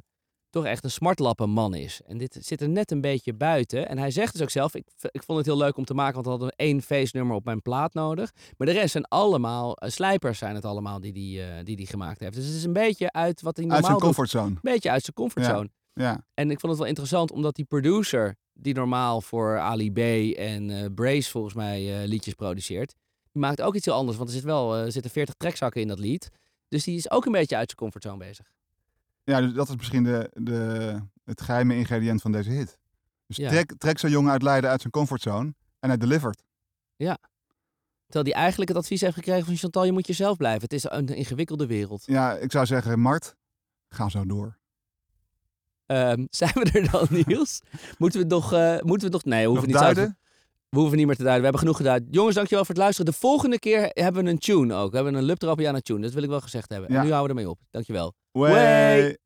[SPEAKER 2] toch echt een smartlappenman is. En dit zit er net een beetje buiten. En hij zegt dus ook zelf, ik, v- ik vond het heel leuk om te maken, want we hadden één feestnummer op mijn plaat nodig. Maar de rest zijn allemaal, eh, slijpers zijn het allemaal die die, eh, die die gemaakt heeft. Dus het is een beetje uit wat hij normaal
[SPEAKER 1] Uit zijn
[SPEAKER 2] doet.
[SPEAKER 1] comfortzone.
[SPEAKER 2] Een beetje uit zijn comfortzone.
[SPEAKER 1] Ja, ja.
[SPEAKER 2] En ik vond het wel interessant, omdat die producer, die normaal voor Ali B en eh, Brace volgens mij eh, liedjes produceert, die maakt ook iets heel anders. Want er zit wel, eh, zitten 40 trekzakken in dat lied. Dus die is ook een beetje uit zijn comfortzone bezig.
[SPEAKER 1] Ja, dus dat is misschien de, de, het geheime ingrediënt van deze hit. Dus
[SPEAKER 2] Ja.
[SPEAKER 1] trek, trek zo'n jongen uit Leiden uit zijn comfortzone en hij delivert.
[SPEAKER 2] Ja. Terwijl die eigenlijk het advies heeft gekregen van Chantal, je moet jezelf blijven. Het is een ingewikkelde wereld.
[SPEAKER 1] Ja, ik zou zeggen, Mart, ga zo door.
[SPEAKER 2] Ehm, zijn we er dan, Niels? Moeten we het nog... eh, moeten we het nog nee, we hoeven
[SPEAKER 1] Nog
[SPEAKER 2] niet uit-
[SPEAKER 1] duiden?
[SPEAKER 2] We hoeven niet meer te duiden. We hebben genoeg geduid. Jongens, dankjewel voor het luisteren. De volgende keer hebben we een tune ook. We hebben een luptrapje aan een tune. Dat wil ik wel gezegd hebben.
[SPEAKER 1] Ja.
[SPEAKER 2] En nu houden we ermee op. Dankjewel.
[SPEAKER 1] Way.